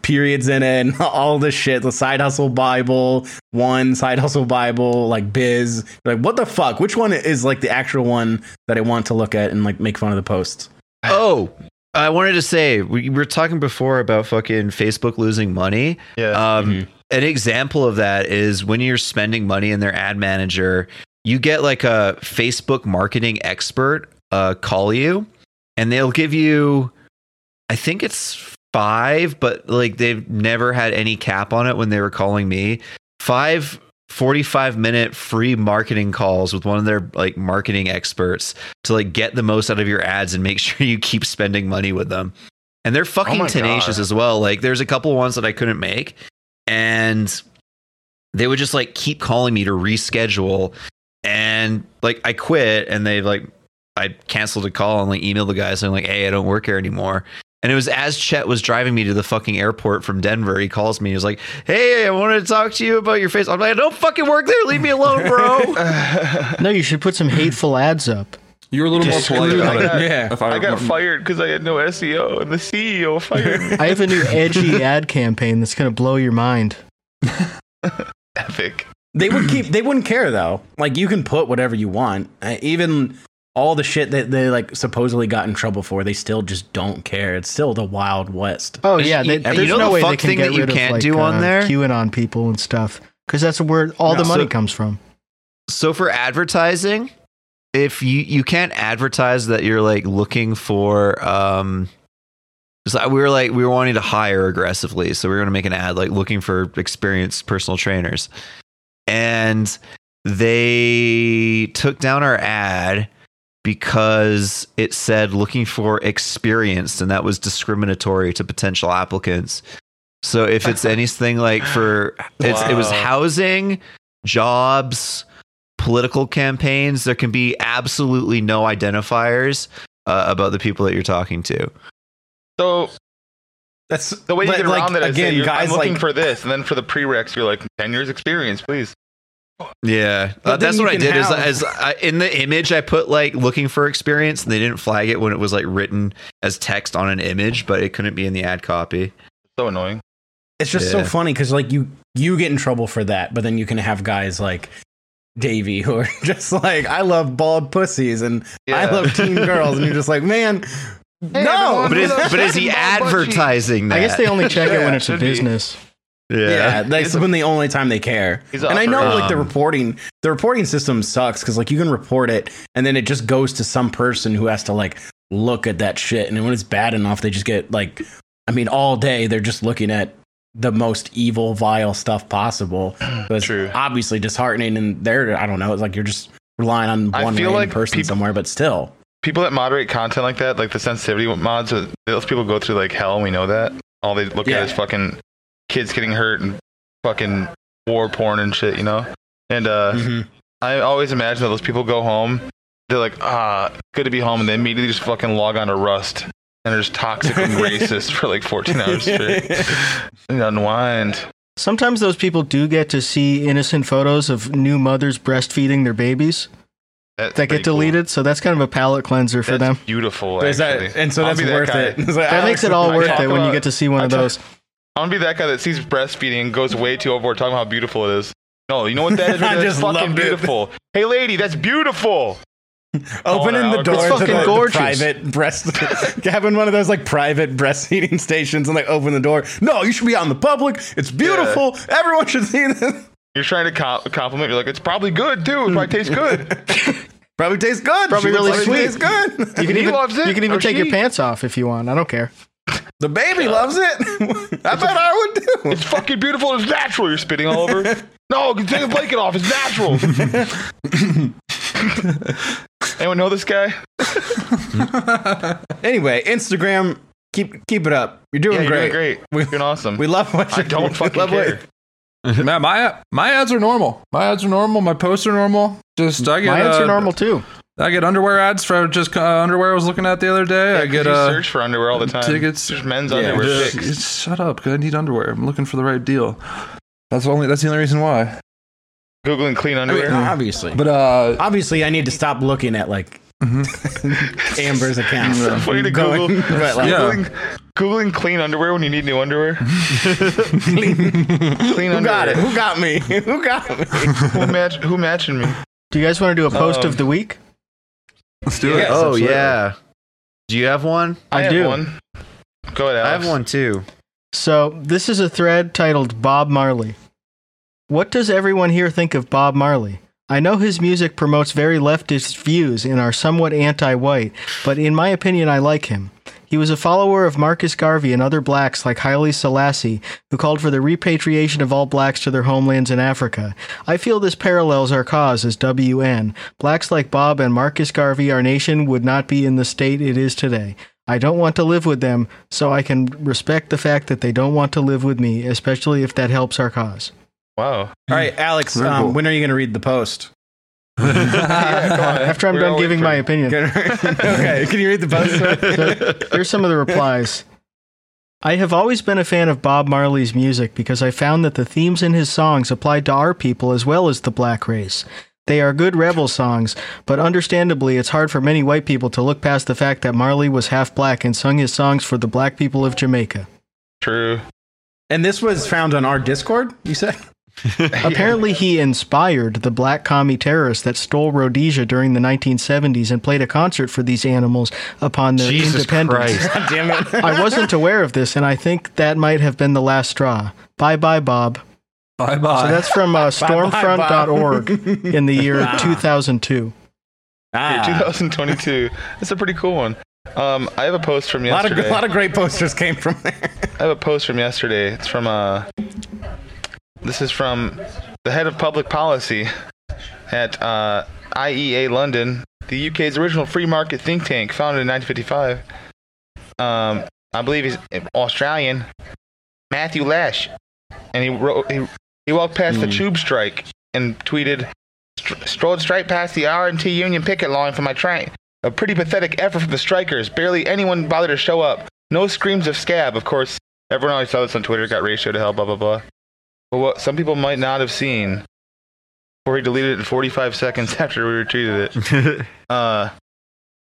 periods in it and all this shit the side hustle bible one side hustle bible like biz like what the fuck which one is like the actual one that i want to look at and like make fun of the posts
Oh, I wanted to say we we were talking before about fucking Facebook losing money.
Yeah. Mhm.
Um, An example of that is when you're spending money in their ad manager, you get like a Facebook marketing expert uh, call you, and they'll give you, I think it's five, but like they've never had any cap on it when they were calling me. Five 45 minute free marketing calls with one of their like marketing experts to like get the most out of your ads and make sure you keep spending money with them. And they're fucking
Oh my
tenacious
God.
as well. Like there's a couple ones that I couldn't make and they would just like keep calling me to reschedule and like I quit and they like I canceled a call and like emailed the guy saying like hey, I don't work here anymore. And it was as Chet was driving me to the fucking airport from Denver. He calls me. He was like, "Hey, I wanted to talk to you about your face." I'm like, "I don't fucking work there. Leave me alone, bro."
No, you should put some hateful ads up.
You were a little more polite
screw
about
that.
it.
Yeah.
If
I got
remember.
fired because I had no SEO, and the CEO fired me.
I have a new edgy ad campaign that's going to blow your mind.
Epic.
they would keep they wouldn't care though like you can put whatever you want Uh, even all the shit that they like supposedly got in trouble for they still just don't care it's still the wild west
Oh yeah, they,
you
there's
know
no
the
way
fuck
they can
thing
get
that you
rid of,
can't
like,
do on
uh,
there?
QAnon people and stuff because that's where all the
No.
money
So-
comes from.
so for advertising, if you you can't advertise that you're like looking for um 'cause I- we were like we were wanting to hire aggressively, so we were going to make an ad like looking for experienced personal trainers. And they took down our ad because it said looking for experienced and that was discriminatory to potential applicants. So if it's anything like for it's, it was
Wow.
housing, jobs, political campaigns, there can be absolutely no identifiers uh, about the people that you're talking to.
So
that's
the way you get around that is that
again
you're,
guys
I'm looking
like
for this, and then for the prereqs, you're like ten years experience, please.
Yeah,
But
uh,
then
that's
you
what I
can
did. Is,
have-
is I, in the image I put like looking for experience, and they didn't flag it when it was like written as text on an image, but it couldn't be in the ad copy.
So annoying.
it's just
Yeah.
so funny because like you you get in trouble for that but then you can have guys like Davey who are just like I love bald pussies and I
Yeah.
love teen girls and you're just like man no
everyone,
But is, but is he advertising that?
I guess they only check it when it's a
should be.
business.
Yeah,
yeah.
that's
He's a-
when the only time they care.
He's
And I know
authorized.
like the
Um,
reporting, the reporting system sucks because like you can report it, and then it just goes to some person who has to like look at that shit. And then when it's bad enough, they just get like, I mean, all day they're just looking at the most evil, vile stuff possible. So it's
True.
obviously disheartening, and there, I don't know. It's like you're just relying on
I
one
feel
random
like
person
peop-
somewhere, but still,
People that moderate content like that, like the sensitivity mods, uh, those people go through like hell. and We know that. All they look
Yeah.
at is fucking kids getting hurt and fucking war porn and shit, you know. And uh,
Mm-hmm.
I always imagine that those people go home. They're like, ah, good to be home, and they immediately just fucking log on to Rust and are just toxic and racist for like 14 hours straight. and unwind.
Sometimes those people do get to see innocent photos of new mothers breastfeeding their babies
That's
that
pretty
get
cool.
deleted. So that's kind of a palate cleanser for
That's
them.
Beautiful.
Is that-
Actually.
and so
I'll
that's
be that
worth
guy.
it. It's like,
That
Alex,
makes it all
I
worth
talk
it when you
about-
get to see one
I
of
talk-
those.
I'm gonna be that guy that sees breastfeeding and goes way too overboard talking about how beautiful it is. No, you know what that is?
I
That's
just
fucking
loved it.
beautiful. Hey, lady, that's beautiful.
opening
Oh,
the
it's
door to
fucking
the- the
gorgeous.
private breast having one of those like private breastfeeding stations and like open the door no you should be out in the public it's beautiful everyone should see this
You're trying to co- compliment. You're like, it's probably good too. It probably tastes good.
probably tastes good
Probably
She
really
looks like it
sweet.
tastes good
You can
He
even
loves it,
you can even
or
take
she.
your pants off if you want. I don't care.
the baby loves it i bet I would too
it's fucking beautiful. It's natural. You're spitting all over. No, take the blanket off. It's natural. Anyone know this guy?
anyway instagram keep keep it up you're doing
Yeah, you're
great
doing great.
We-
You're doing awesome.
we love what
I
you're
don't
doing.
fucking
Love what-
care.
Man, my my ads are normal. My ads are normal. My posts are normal. Just I get
My ads
uh,
are normal too.
I get underwear ads for just uh, underwear I was looking at the other day. I
'cause
get
you
uh,
search for underwear all the time.
tickets.
There's men's
Yeah,
underwear
Just-
picks.
just shut up. 'cause I need underwear. I'm looking for the right deal. That's only. That's the only reason why.
Googling clean underwear.
obviously.
But uh,
obviously, I need to stop looking at like Amber's account.
Mm-hmm. Way to
Going-
Google.
right, like,
Yeah.
Googling, Googling clean underwear when you need new underwear. clean
Who
underwear.
got it? Who got me? Who got me?
Who, match, who matching me?
Do you guys want to do a post
Um,
of the week?
let's do
Yes,
it.
oh
absolutely.
yeah. Do you have one?
I,
have
do.
One. Go ahead, Alex.
I have one too.
So this is a thread titled Bob Marley. What does everyone here think of Bob Marley? I know his music promotes very leftist views and are somewhat anti white, but in my opinion, I like him. He was a follower of Marcus Garvey and other blacks like Haile Selassie, who called for the repatriation of all blacks to their homelands in Africa. I feel this parallels our cause as WN. Blacks like Bob and Marcus Garvey, our nation would not be in the state it is today. I don't want to live with them, so I can respect the fact that they don't want to live with me, especially if that helps our cause.
Wow.
All right, Alex.
Very cool.
Um, when are you going to read the post?
After I'm
We're all
done giving
waiting
my
for
opinion.
okay, can you read the post?
So, here's some of the replies. I have always been a fan of Bob Marley's music because I found that the themes in his songs applied to our people as well as the black race. They are good rebel songs, but understandably, it's hard for many white people to look past the fact that Marley was half black and sung his songs for the black people of Jamaica.
True.
and this was found on our Discord. You said?
Apparently, he inspired the black commie terrorists that stole Rhodesia during the 1970s and played a concert for these animals upon their
Jesus
independence.
Christ.
Damn it!
I wasn't aware of this, and I think that might have been the last straw. Bye bye, Bob.
Bye bye.
So that's from uh, stormfront.org in the year
Ah.
2002.
Here,
Ah,
2022. That's a pretty cool one. Um, I have a post from
a lot of
yesterday.
a lot of great posters came from there.
I have a post from yesterday. It's from uh, this is from the head of public policy at uh, IEA London, the UK's original free market think tank, founded in 1955. Um, I believe he's Australian, Matthew Lash, and he wrote he, he walked past the tube strike and tweeted, "Str- "Strolled straight past the RMT union picket line for my train." A pretty pathetic effort from the strikers. Barely anyone bothered to show up. No screams of scab, of course. Everyone always saw this on Twitter, got ratio to hell, blah, blah, blah. But what some people might not have seen, or he deleted it 45 seconds after we retweeted it. Uh,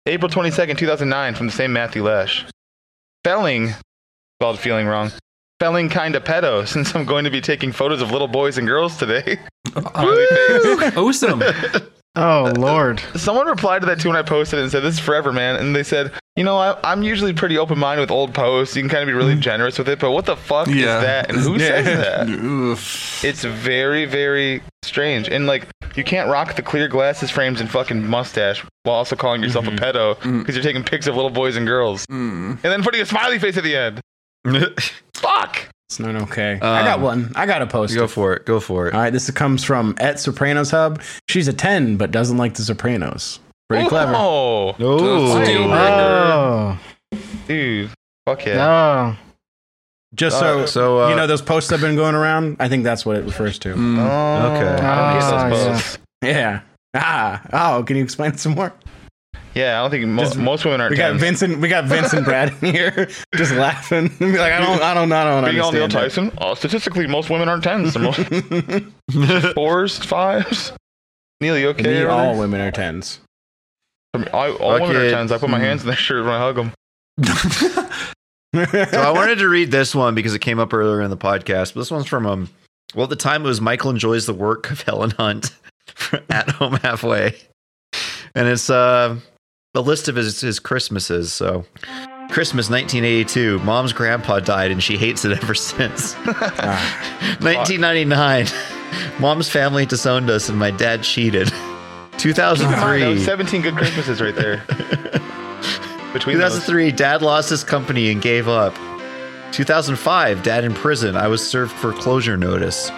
April 22nd, 2009, from the same Matthew Lesh. Felling, spelled feeling wrong. Felling kinda pedo, since I'm going to be taking photos of little boys and girls today. Smiley face.
awesome.
Oh, Lord.
Someone replied to that too when I posted it and said, "This is forever, man." And they said, "You know, I, I'm usually pretty open-minded with old posts. You can kind of be really generous with it, but what the fuck
Mm-hmm. Yeah.
is that? And who
Yeah.
says that?
Oof.
It's very, very strange. And like, you can't rock the clear glasses frames and fucking mustache while also calling yourself
Mm-hmm.
a pedo because you're taking pics of little boys and girls
Mm.
and then putting a smiley face at the end. Fuck.
It's not okay. I got
Um,
one. I got a post.
go for it. Go for it.
All right, this comes from at Sopranos Hub. She's a ten, but doesn't like the Sopranos. Pretty clever.
Oh,
That's a deal
Oh.
breaker.
Oh,
dude. Fuck yeah.
no.
Just
Uh,
so,
So uh,
you know, those posts have been going around. I think that's what it refers to.
Oh,
Mm.
Okay.
I don't hate those
Ah, yeah.
posts.
Yeah. Ah. Oh, can you explain some more?
Yeah, I don't think mo-
Just-
most women aren't.
We got
tens.
Vincent. We got Vincent Brad in here, just laughing. Be like, I don't, I don't, I don't
Being all Neil
understand. it.
Tyson, uh, statistically, most women aren't tens. They're most fours, fives. Neil, you okay?
Me,
over
all
there?
women are tens.
I mean, I- all women are
Bucket.
tens. I put my
Mm-hmm.
Hmm.
hands in their shirt when I hug them.
so I wanted to read this one because it came up earlier in the podcast. But this one's from um, well, at the time it was Michael enjoys the work of Helen Hunt at home halfway, and it's uh, the list of his, his Christmases. So Christmas 1982, mom's grandpa died and she hates it ever since. 1999, mom's family disowned us and my dad cheated.
That
2003.
was 17 good Christmases right there. Between those.
2003, dad lost his company and gave up. 2005, dad in prison. I was served foreclosure notice.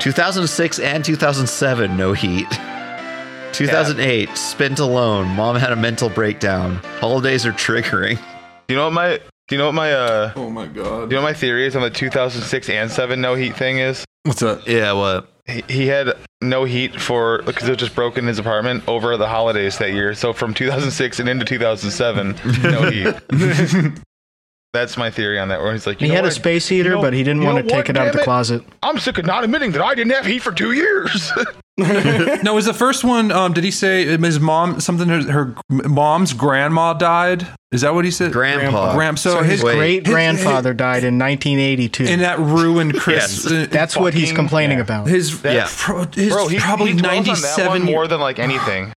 2006 and 2007, no heat. 2008, spent alone. Mom had a mental breakdown. Holidays are triggering.
Do you know what my? Do you know what my? Uh, do
Oh my
you
god.
know what my theory is on the 2006 and 7 no heat thing is?
What's that?
Yeah, what?
he- he had no heat for because it was just broken in his apartment over the holidays that year. So from 2006 and into 2007, no heat. That's my theory on that. Where he's like, you
He
know
had a
what?
space heater,
You know-
but he didn't
you
want to
know
take
what,
it out of the
damn it?
closet.
I'm sick of not admitting that I didn't have heat for two years.
No, was the first one? Um, did he say his mom something? Her, her mom's grandma died. Is that what he said?
Grandpa.
Grand. So,
So
his
his
wait.
great grandfather died in 1982.
and that ruined Chris.
Yes.
Uh,
That's what he's
fucking-
complaining about.
his
Yeah.
pro, his
Bro, he,
probably
he dwells on that
ninety
one
seven
more than like anything.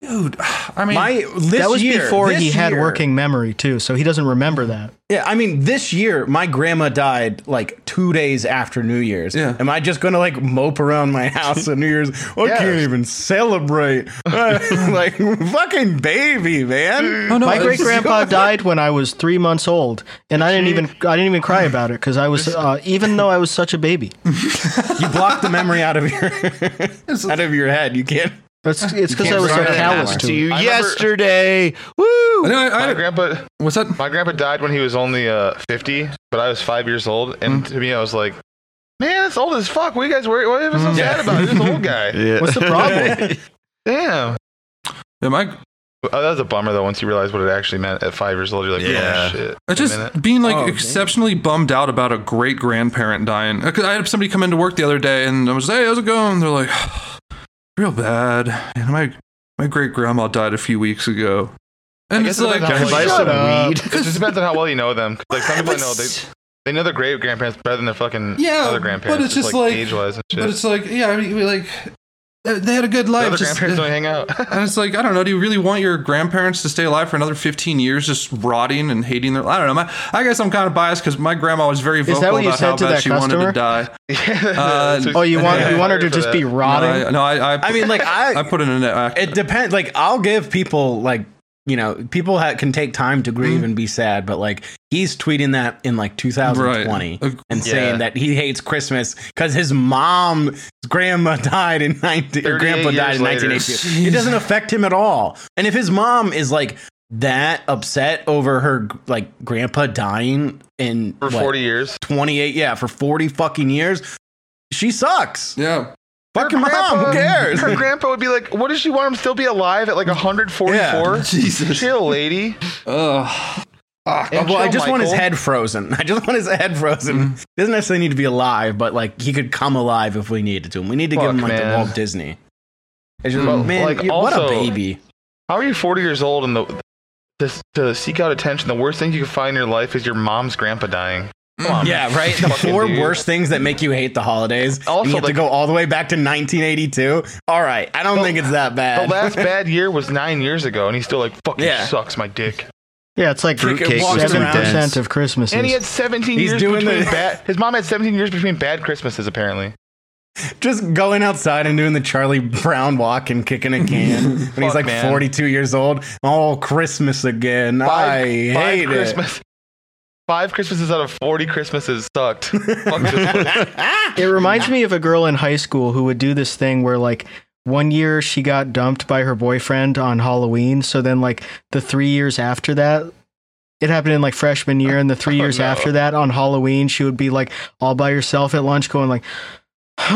dude. I mean,
My this
that was
year-
before
this
he had
year-
working memory too, so he doesn't remember that.
Yeah, I mean, this year my grandma died like two days after New Year's.
Yeah.
Am I just gonna like mope around my house on New Year's? I
Yes.
can't even celebrate. like fucking baby, man.
oh, no,
My
it's-
great grandpa died when I was three months old, and I didn't even I didn't even cry about it because I was uh, even though I was such a baby.
You block the memory out of your out of your head. You can't.
It's it's because I was so
remember that
callous
one.
to it.
I remember-
yesterday. Woo!
No, I, I,
My grandpa,
what's that?
my grandpa died when he was only uh 50, but I was five years old, and to me, I was like, man, that's old as fuck. What are you guys worried? What are you so sad about? He's an old guy.
Yeah.
What's the problem?
Damn.
Yeah, my,
Oh, that was a bummer though. Once you realize what it actually meant at five years old, you're like,
Yeah.
oh shit.
I
minute.
just being like
Oh, okay.
exceptionally bummed out about a great grandparent dying. Uh, 'cause I had somebody come into work the other day, and I was like, "Hey, how's it going?" They're like, "Real bad." And my my great grandma died a few weeks ago, and it's like,
depends on
buy
how well you
some
know them.
weed?
It just depends on how well you know them. 'Cause, Like some people I know, they
It's-
they know their great grandparents better than their fucking
Yeah,
other grandparents.
but it's just like-
age wise and shit.
but it's like, yeah, I mean, we, like they they had a good
the
life.
other
just-
grandparents don't hang out.
and it's like, I don't know. Do you really want your grandparents to stay alive for another 15 years, just rotting and hating their? I don't know. My, I guess I'm kind of biased because my grandma was very vocal
that what you
about how
said to
bad
that
she wanted
customer?
to die.
Yeah,
Uh,
so-
Oh, you want you want her to
for
just
that.
be rotting?
I, no, I, I,
I mean, like I.
I put in a net.
it depends. Like I'll give people like you know people ha- can take time to
Mm.
grieve and be sad, but like he's tweeting that in like 2020
Right.
and saying that he hates Christmas because his mom's grandma died in 19 or
38
grandpa died
years
in
later.
1982. It doesn't affect him at all. And if his mom is like that upset over her like grandpa dying in
for
what,
forty years.
28 yeah for 40 fucking years, she sucks.
Yeah.
Fucking
Her
mom, who cares?
Her grandpa would be like, "What does she want him to still be alive at like 144?
Yeah.
Jesus, chill, lady."
Ugh.
And
Uh, well, I
chill,
just want his
Michael. Mm-hmm.
head frozen. I just want his head frozen. Doesn't necessarily need to be alive, but like he could come alive if we needed to. And we need to give
Fuck,
him like the
man.
Walt Disney. It's just,
Mm.
man,
Like,
you- what a
also-
baby.
How are you 40 years old and the to, to seek out attention? The worst thing you can find in your life is your mom's grandpa dying. Come on,
Mm, Yeah, right. The
fucking
four
dude.
worst things that make you hate the holidays. and
Also,
you have to
like-
go all the way back to 1982. All right, I don't think it's that
The
bad.
last bad year was nine years ago, and he's still like, fucking
Yeah.
sucks my dick.
yeah, it's like
Fruitcake
was too
seven
dense.
percent of Christmases.
And he had 17
He's
years
doing
between
the-
bad. His mom had 17 years between bad Christmases, apparently.
just going outside and doing the Charlie Brown walk and kicking a can. when he's
Fuck,
like
man.
42 years old. Oh, Christmas again. I hate it.
Christmas- Five Christmases out of 40 Christmases sucked. Fuck this
It reminds me of a girl in high school who would do this thing where like one year she got dumped by her boyfriend on Halloween, so then like the 3 years after that it happened in like freshman year and the 3
Oh,
years
no.
after that on Halloween she would be like all by herself at lunch going like just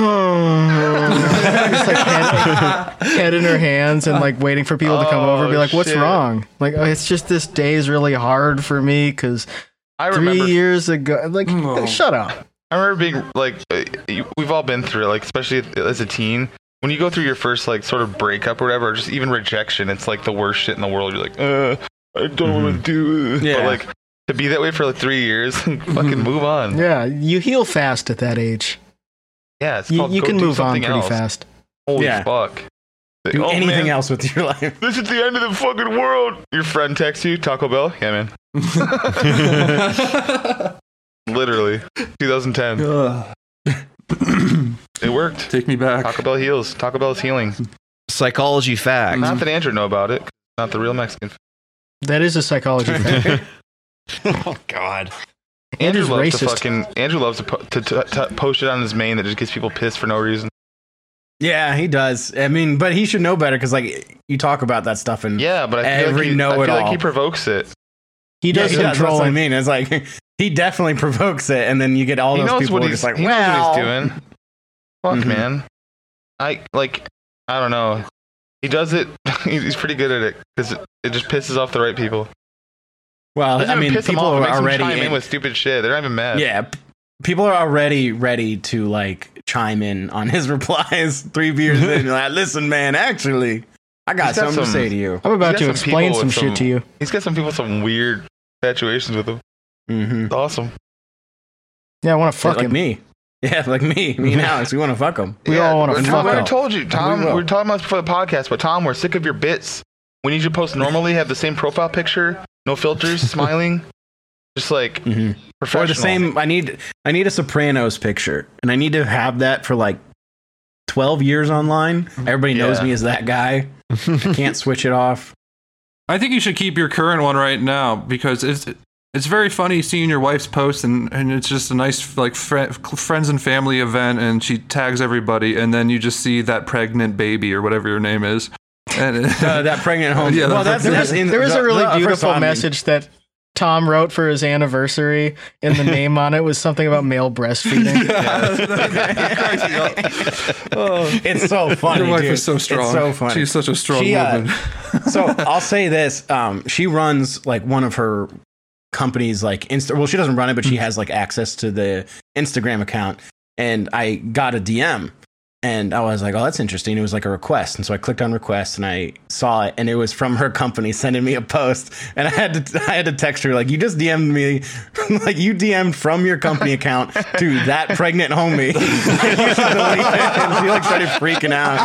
like head, head in her hands and like waiting for people to come over and be
Oh,
like what's
shit.
wrong like oh, it's just this day is really hard for me because
I
three
remember,
years ago like
No.
shut up
I remember being like, uh, you- we've all been through it, like, especially as a teen. When you go through your first, like, sort of breakup or whatever, or just even rejection, it's like the worst shit in the world. You're like, uh, I don't
Mm-hmm.
want to do it.
Yeah.
But, like, to be that way for like three years, fucking move on.
Mm-hmm. yeah you heal fast at that age
Yeah, it's
you,
called
you
go
can
do
move on
something
pretty
else.
fast.
Holy
Yeah.
fuck.
Do
Oh,
anything
man,
else with your life.
This is the end of the fucking world. Your friend texts you, Taco Bell? Yeah, man. Literally. 2010. It worked.
Take me back.
Taco Bell heals. Taco Bell is healing.
Psychology fact.
Not that Andrew know about it. Not the real Mexican.
That is a psychology thing.
oh God.
Andrew
Andrew's
loves to
racist.
fucking. Andrew loves to, po- to, to, to post it on his main that just gets people pissed for no reason.
Yeah, he does. I mean, but he should know better because like you talk about that stuff and
Yeah, but I feel,
Every
like, he, I feel
know-it-all.
like he provokes it.
He
Yeah,
does
he does. That's
control
what I
it.
mean. It's like he definitely provokes it, and then you get all
he
those
knows
people
what
who are
he's,
just like,
he knows
well,
what he's doing. Fuck,
Mhm.
man. I like. I don't know. He does it. He's pretty good at it because it, it just pisses off the right people.
Well,
Doesn't
I
even
mean,
piss them
people
off, it
are
makes them
already
chime in with stupid shit. They're not even mad.
yeah, p- people are already ready to like chime in on his replies. Three beers in, like, listen, man, actually, I got
He's got
something to
some-
say to you.
I'm about
got
to
some
explain
people
some
with
shit
some-
to you.
He's got some people with some weird infatuations with him.
Mm-hmm.
It's awesome.
Yeah, I want to fuck
like
him.
me. Yeah, like me. Me and Alex, we want to fuck him.
We all wanna
Tom,
fuck
I already
up.
told you, Tom.
We
We
will.
are talking about this before the podcast, but Tom, we're sick of your bits. We need you to post normally. Have the same profile picture, no filters, smiling, just like
Mm-hmm.
professional.
Or the same. I need I need a Sopranos picture, and I need to have that for like twelve years online. Everybody knows
Yeah.
me as that guy. I can't switch it off.
I think you should keep your current one right now because it's it's very funny seeing your wife's post and, and it's just a nice like fri friends and family event and she tags everybody and then you just see that pregnant baby or whatever your name is. And
Uh, that pregnant home.
Yeah,
well,
that-
that's, that's in,
there was
the- uh,
a
the-
really
first of all,
beautiful
I mean,
message that Tom wrote for his anniversary, and the name on it was something about male breastfeeding.
It's so funny.
your wife
dude.
is so strong.
It's so funny.
She's such a strong
She, uh,
woman.
so I'll say this: um, she runs like one of her companies, like Insta. Well, she doesn't run it, but she has like access to the Instagram account. And I got a DM, and I was like, "Oh, that's interesting." It was like a request, and so I clicked on request, and I saw it, and it was from her company sending me a post, and I had to I had to text her like, "You just DM'd me, like you DM'd from your company account to that pregnant homie." You should delete it. And she like started freaking out,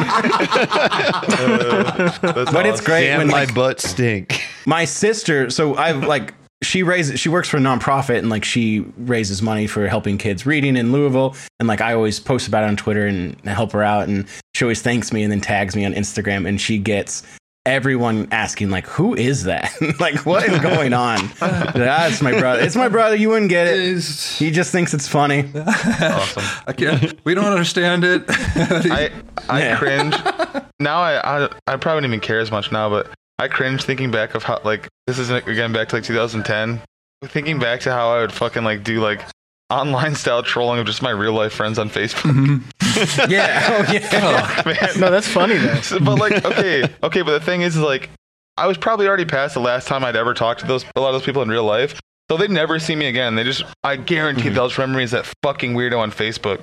but it's great
Damn,
when
my
like
butt stink.
my sister so i've like she raises she works for a nonprofit and like she raises money for helping kids reading in louisville and like i always post about it on twitter and help her out and she always thanks me and then tags me on instagram and she gets everyone asking like who is that like what is going on that's my brother it's my brother you wouldn't get it he just thinks it's funny
awesome.
I can't. We don't understand it.
I I
Yeah.
cringe. Now I, I I probably don't even care as much now, but I cringe thinking back of how like this is again back to like 2010. Thinking back to how I would fucking like do like online style trolling of just my real life friends on Facebook.
yeah oh yeah
Man.
no, that's funny though.
So- but like okay okay, but the thing is, is like I was probably already past the last time I'd ever talked to those a lot of those people in real life. So they'd never see me again. They just I guarantee they'll just remember me as that fucking weirdo on Facebook.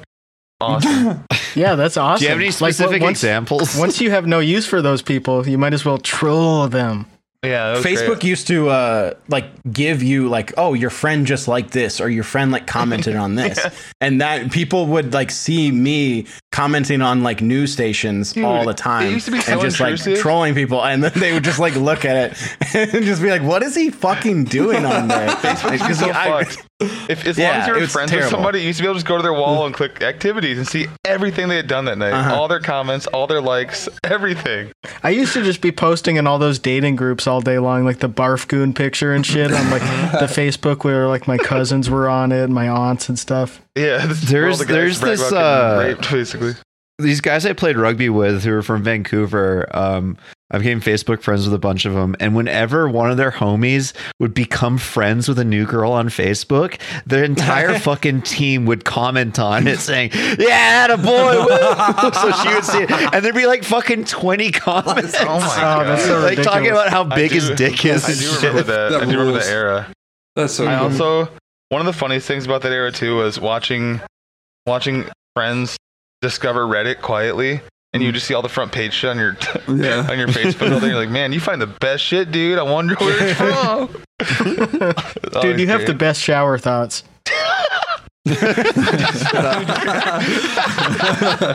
Awesome.
Yeah, that's awesome.
Do you have any
Like, what-
specific
once,
examples?
Once you have no use for those people, you might as well troll them.
yeah. that was great.
Facebook used to uh, like give you like, oh, your friend just like this, or your friend like commented on this, and that people would like see me commenting on like news stations
Dude,
all the
it
time,
used to be so
and just like
intrusive.
trolling people, and then they would just like look at it and just be like, what is he fucking doing on there? Like, 'cause
It's so
I-
fucked. If, as
Yeah,
long as you
it
were
was
friends
terrible.
with somebody, you used to be able to just go to their wall and click activities and see everything they had done that night.
Uh-huh.
All their comments, all their likes, everything.
I used to just be posting in all those dating groups all day long, like the barf goon picture and shit on like the Facebook where like my cousins were on it, and my aunts and stuff.
Yeah. this is
There's-
where all the guys
there's
brag
this,
about getting
uh,
raped, basically.
these guys I played rugby with who were from Vancouver, um, I became Facebook friends with a bunch of them. And whenever one of their homies would become friends with a new girl on Facebook, their entire fucking team would comment on it saying, Yeah, that a boy. woo!" so she would see it. And there'd be like fucking 20 comments.
Oh my
Oh,
god.
that's so
like talking
ridiculous.
about how
I
big his
do-
dick is.
I
and
do
shit.
remember that.
That
I do remember
rules.
that era.
That's so.
I
cool.
Mm-hmm.
also one of the funniest things about that era too was watching watching friends discover Reddit quietly. And
Mm-hmm.
you just see all the front page shit on your
Yeah.
on your Facebook, and you're like, "Man, you find the best shit, dude. I wonder where it's from."
Dude, you have the best shower thoughts.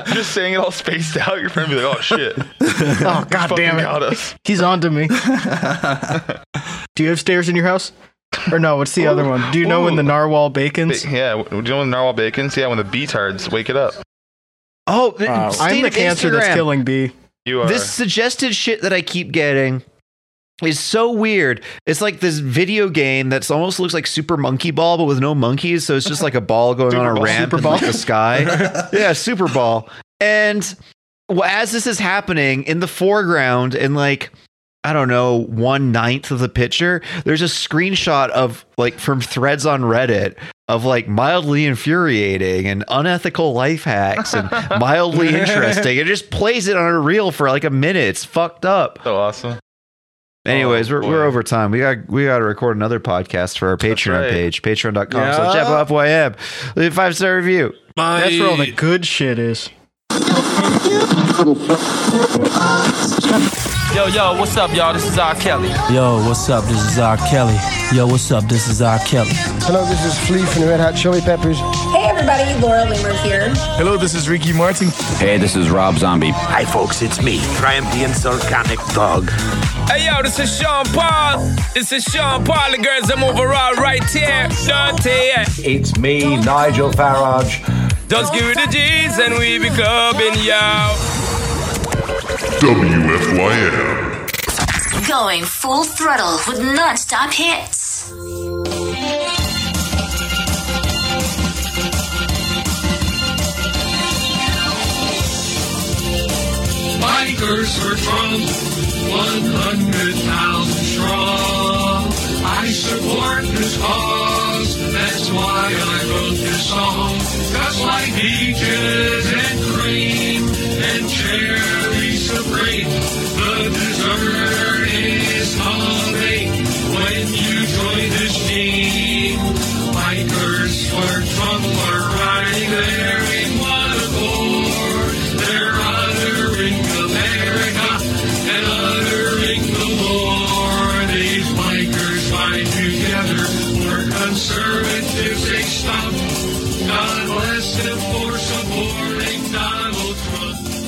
just saying it all spaced out. Your friend be like, "Oh shit,
Oh god
fucking
damn it.
got us."
He's on to me. Do you have stairs in your house? Or no, what's the other one? Do you know when the narwhal bacons?
Ba- yeah, w- do you know when narwhal bacons? Yeah, when the beatards wake it up.
Oh,
I'm
state
I'm the
of
cancer that's
Instagram.
killing B.
You are.
this suggested shit that I keep getting is so weird. It's like this video game that's almost looks like Super Monkey Ball, but with no monkeys. So it's just like a ball going on a
Ball.
ramp
Super
in like, the sky. yeah, Super Ball. And well, as this is happening in the foreground, and like
I don't know, one ninth of the picture, there's a screenshot of like from threads on Reddit of like mildly infuriating and unethical life hacks and mildly interesting. It just plays it on a reel for like a minute. It's fucked up.
So awesome.
Anyways,
Oh,
we're,
boy.
we're over time. We got we got to record another podcast for our Patreon
right.
page, patreon.com slash
Yeah.
FYM. Leave a five star review.
That's where all the good shit is.
Yo, yo, what's up, y'all? This is R. Kelly.
Yo, what's up? This is R. Kelly. Yo, what's up? This is R. Kelly.
Hello, this is Flea from the Red Hot Chili Peppers.
Hey everybody, Laura Loomer here.
Hello, this is Ricky Martin.
Hey, this is Rob Zombie.
Hi, folks. It's me, Triumph the Insurgonic Dog.
Hey, yo, this is Sean Paul. This is Sean Paul, the girls. I'm overall right here. Dante.
It's me, Nigel Farage.
Just give it the G's and we be clubbing, yo.
WFYM.
Going full throttle with non-stop hits.
Bikers were from 100 pounds strong. I support this cause. That's why I wrote this song. Just like peaches and cream and cherry supreme. The dessert is hungry when you join this team. Bikers for Tumblr right there in one accord. They're uttering America and uttering the war. These bikers fight together for conservatives they stop. God bless them for supporting Donald Trump.